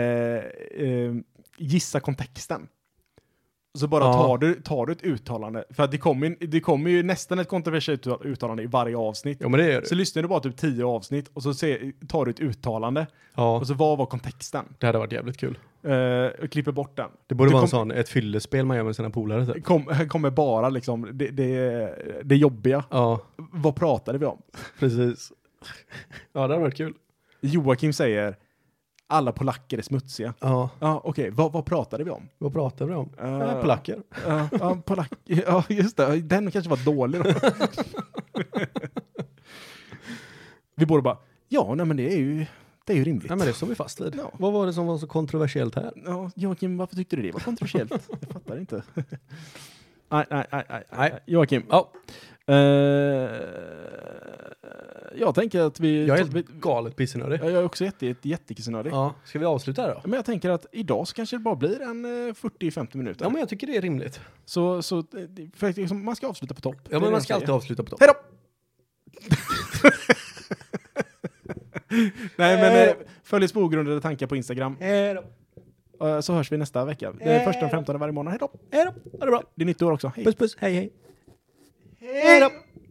S2: eh, gissa kontexten. Så bara
S3: Ja.
S2: tar, du, tar du ett uttalande, för att det kommer, ju- det kommer ju nästan ett kontroversiellt uttal- uttalande i varje avsnitt.
S3: Jo, men det gör
S2: Så
S3: du.
S2: lyssnar du bara typ tio avsnitt och så se, tar du ett uttalande
S3: Ja,
S2: och så vad var kontexten?
S3: det hade varit jävligt kul.
S2: Eh, och klipper bort den.
S3: Det borde
S2: Det
S3: vara en
S2: kom-
S3: sån, ett fyllespel man gör med sina polare. Typ.
S2: Kom, [laughs] här kommer bara liksom det, det, det jobbiga.
S3: Ja,
S2: Vad pratade vi om?
S3: [laughs] precis. Ja, det hade varit kul.
S2: Joakim säger alla polacker är smutsiga.
S3: Ja,
S2: Ja, okej. Vad, vad pratade vi om?
S3: vad pratar vi om?
S2: Eh,
S3: Uh, Polacker.
S2: Ja, ja, polack, [laughs] ja, just det. Den kanske var dålig
S3: [laughs]
S2: då. vi borde bara, ja, nej men det är ju, det är ju rimligt.
S3: Nej men det står vi fast vid.
S2: Ja.
S3: Vad var det som var så kontroversiellt här?
S2: Ja, Joakim, varför tyckte du det var
S3: [laughs]
S2: kontroversiellt? Jag fattar inte. nej, nej, nej, nej, nej. Joakim,
S3: Ja,
S2: eh, jag tänker att vi...
S3: jag är helt galet pissnödig.
S2: jag är också jätte, jätte, jättekissnödig.
S3: Ja, ska vi avsluta här då?
S2: Men jag tänker att idag så kanske det bara blir en eh, 40-50 minuter.
S3: Ja men jag tycker det är rimligt.
S2: Så, så eh, det- för att liksom, man ska avsluta på topp. Det
S3: Ja
S2: är det
S3: men man
S2: jag
S3: ska alltid
S2: säger.
S3: avsluta på topp. [laughs]
S2: Hej då! Nej, men eh, följ oss på ogrundade tankar på Instagram.
S3: Hej då!
S2: Eh, Så hörs vi nästa vecka. Det är
S3: Eh.
S2: första och femtonde varje månad. Hej då!
S3: Hej då! Ha det bra!
S2: Det är nytt år också. Hej!
S3: Puss puss, hej hej! Hej då!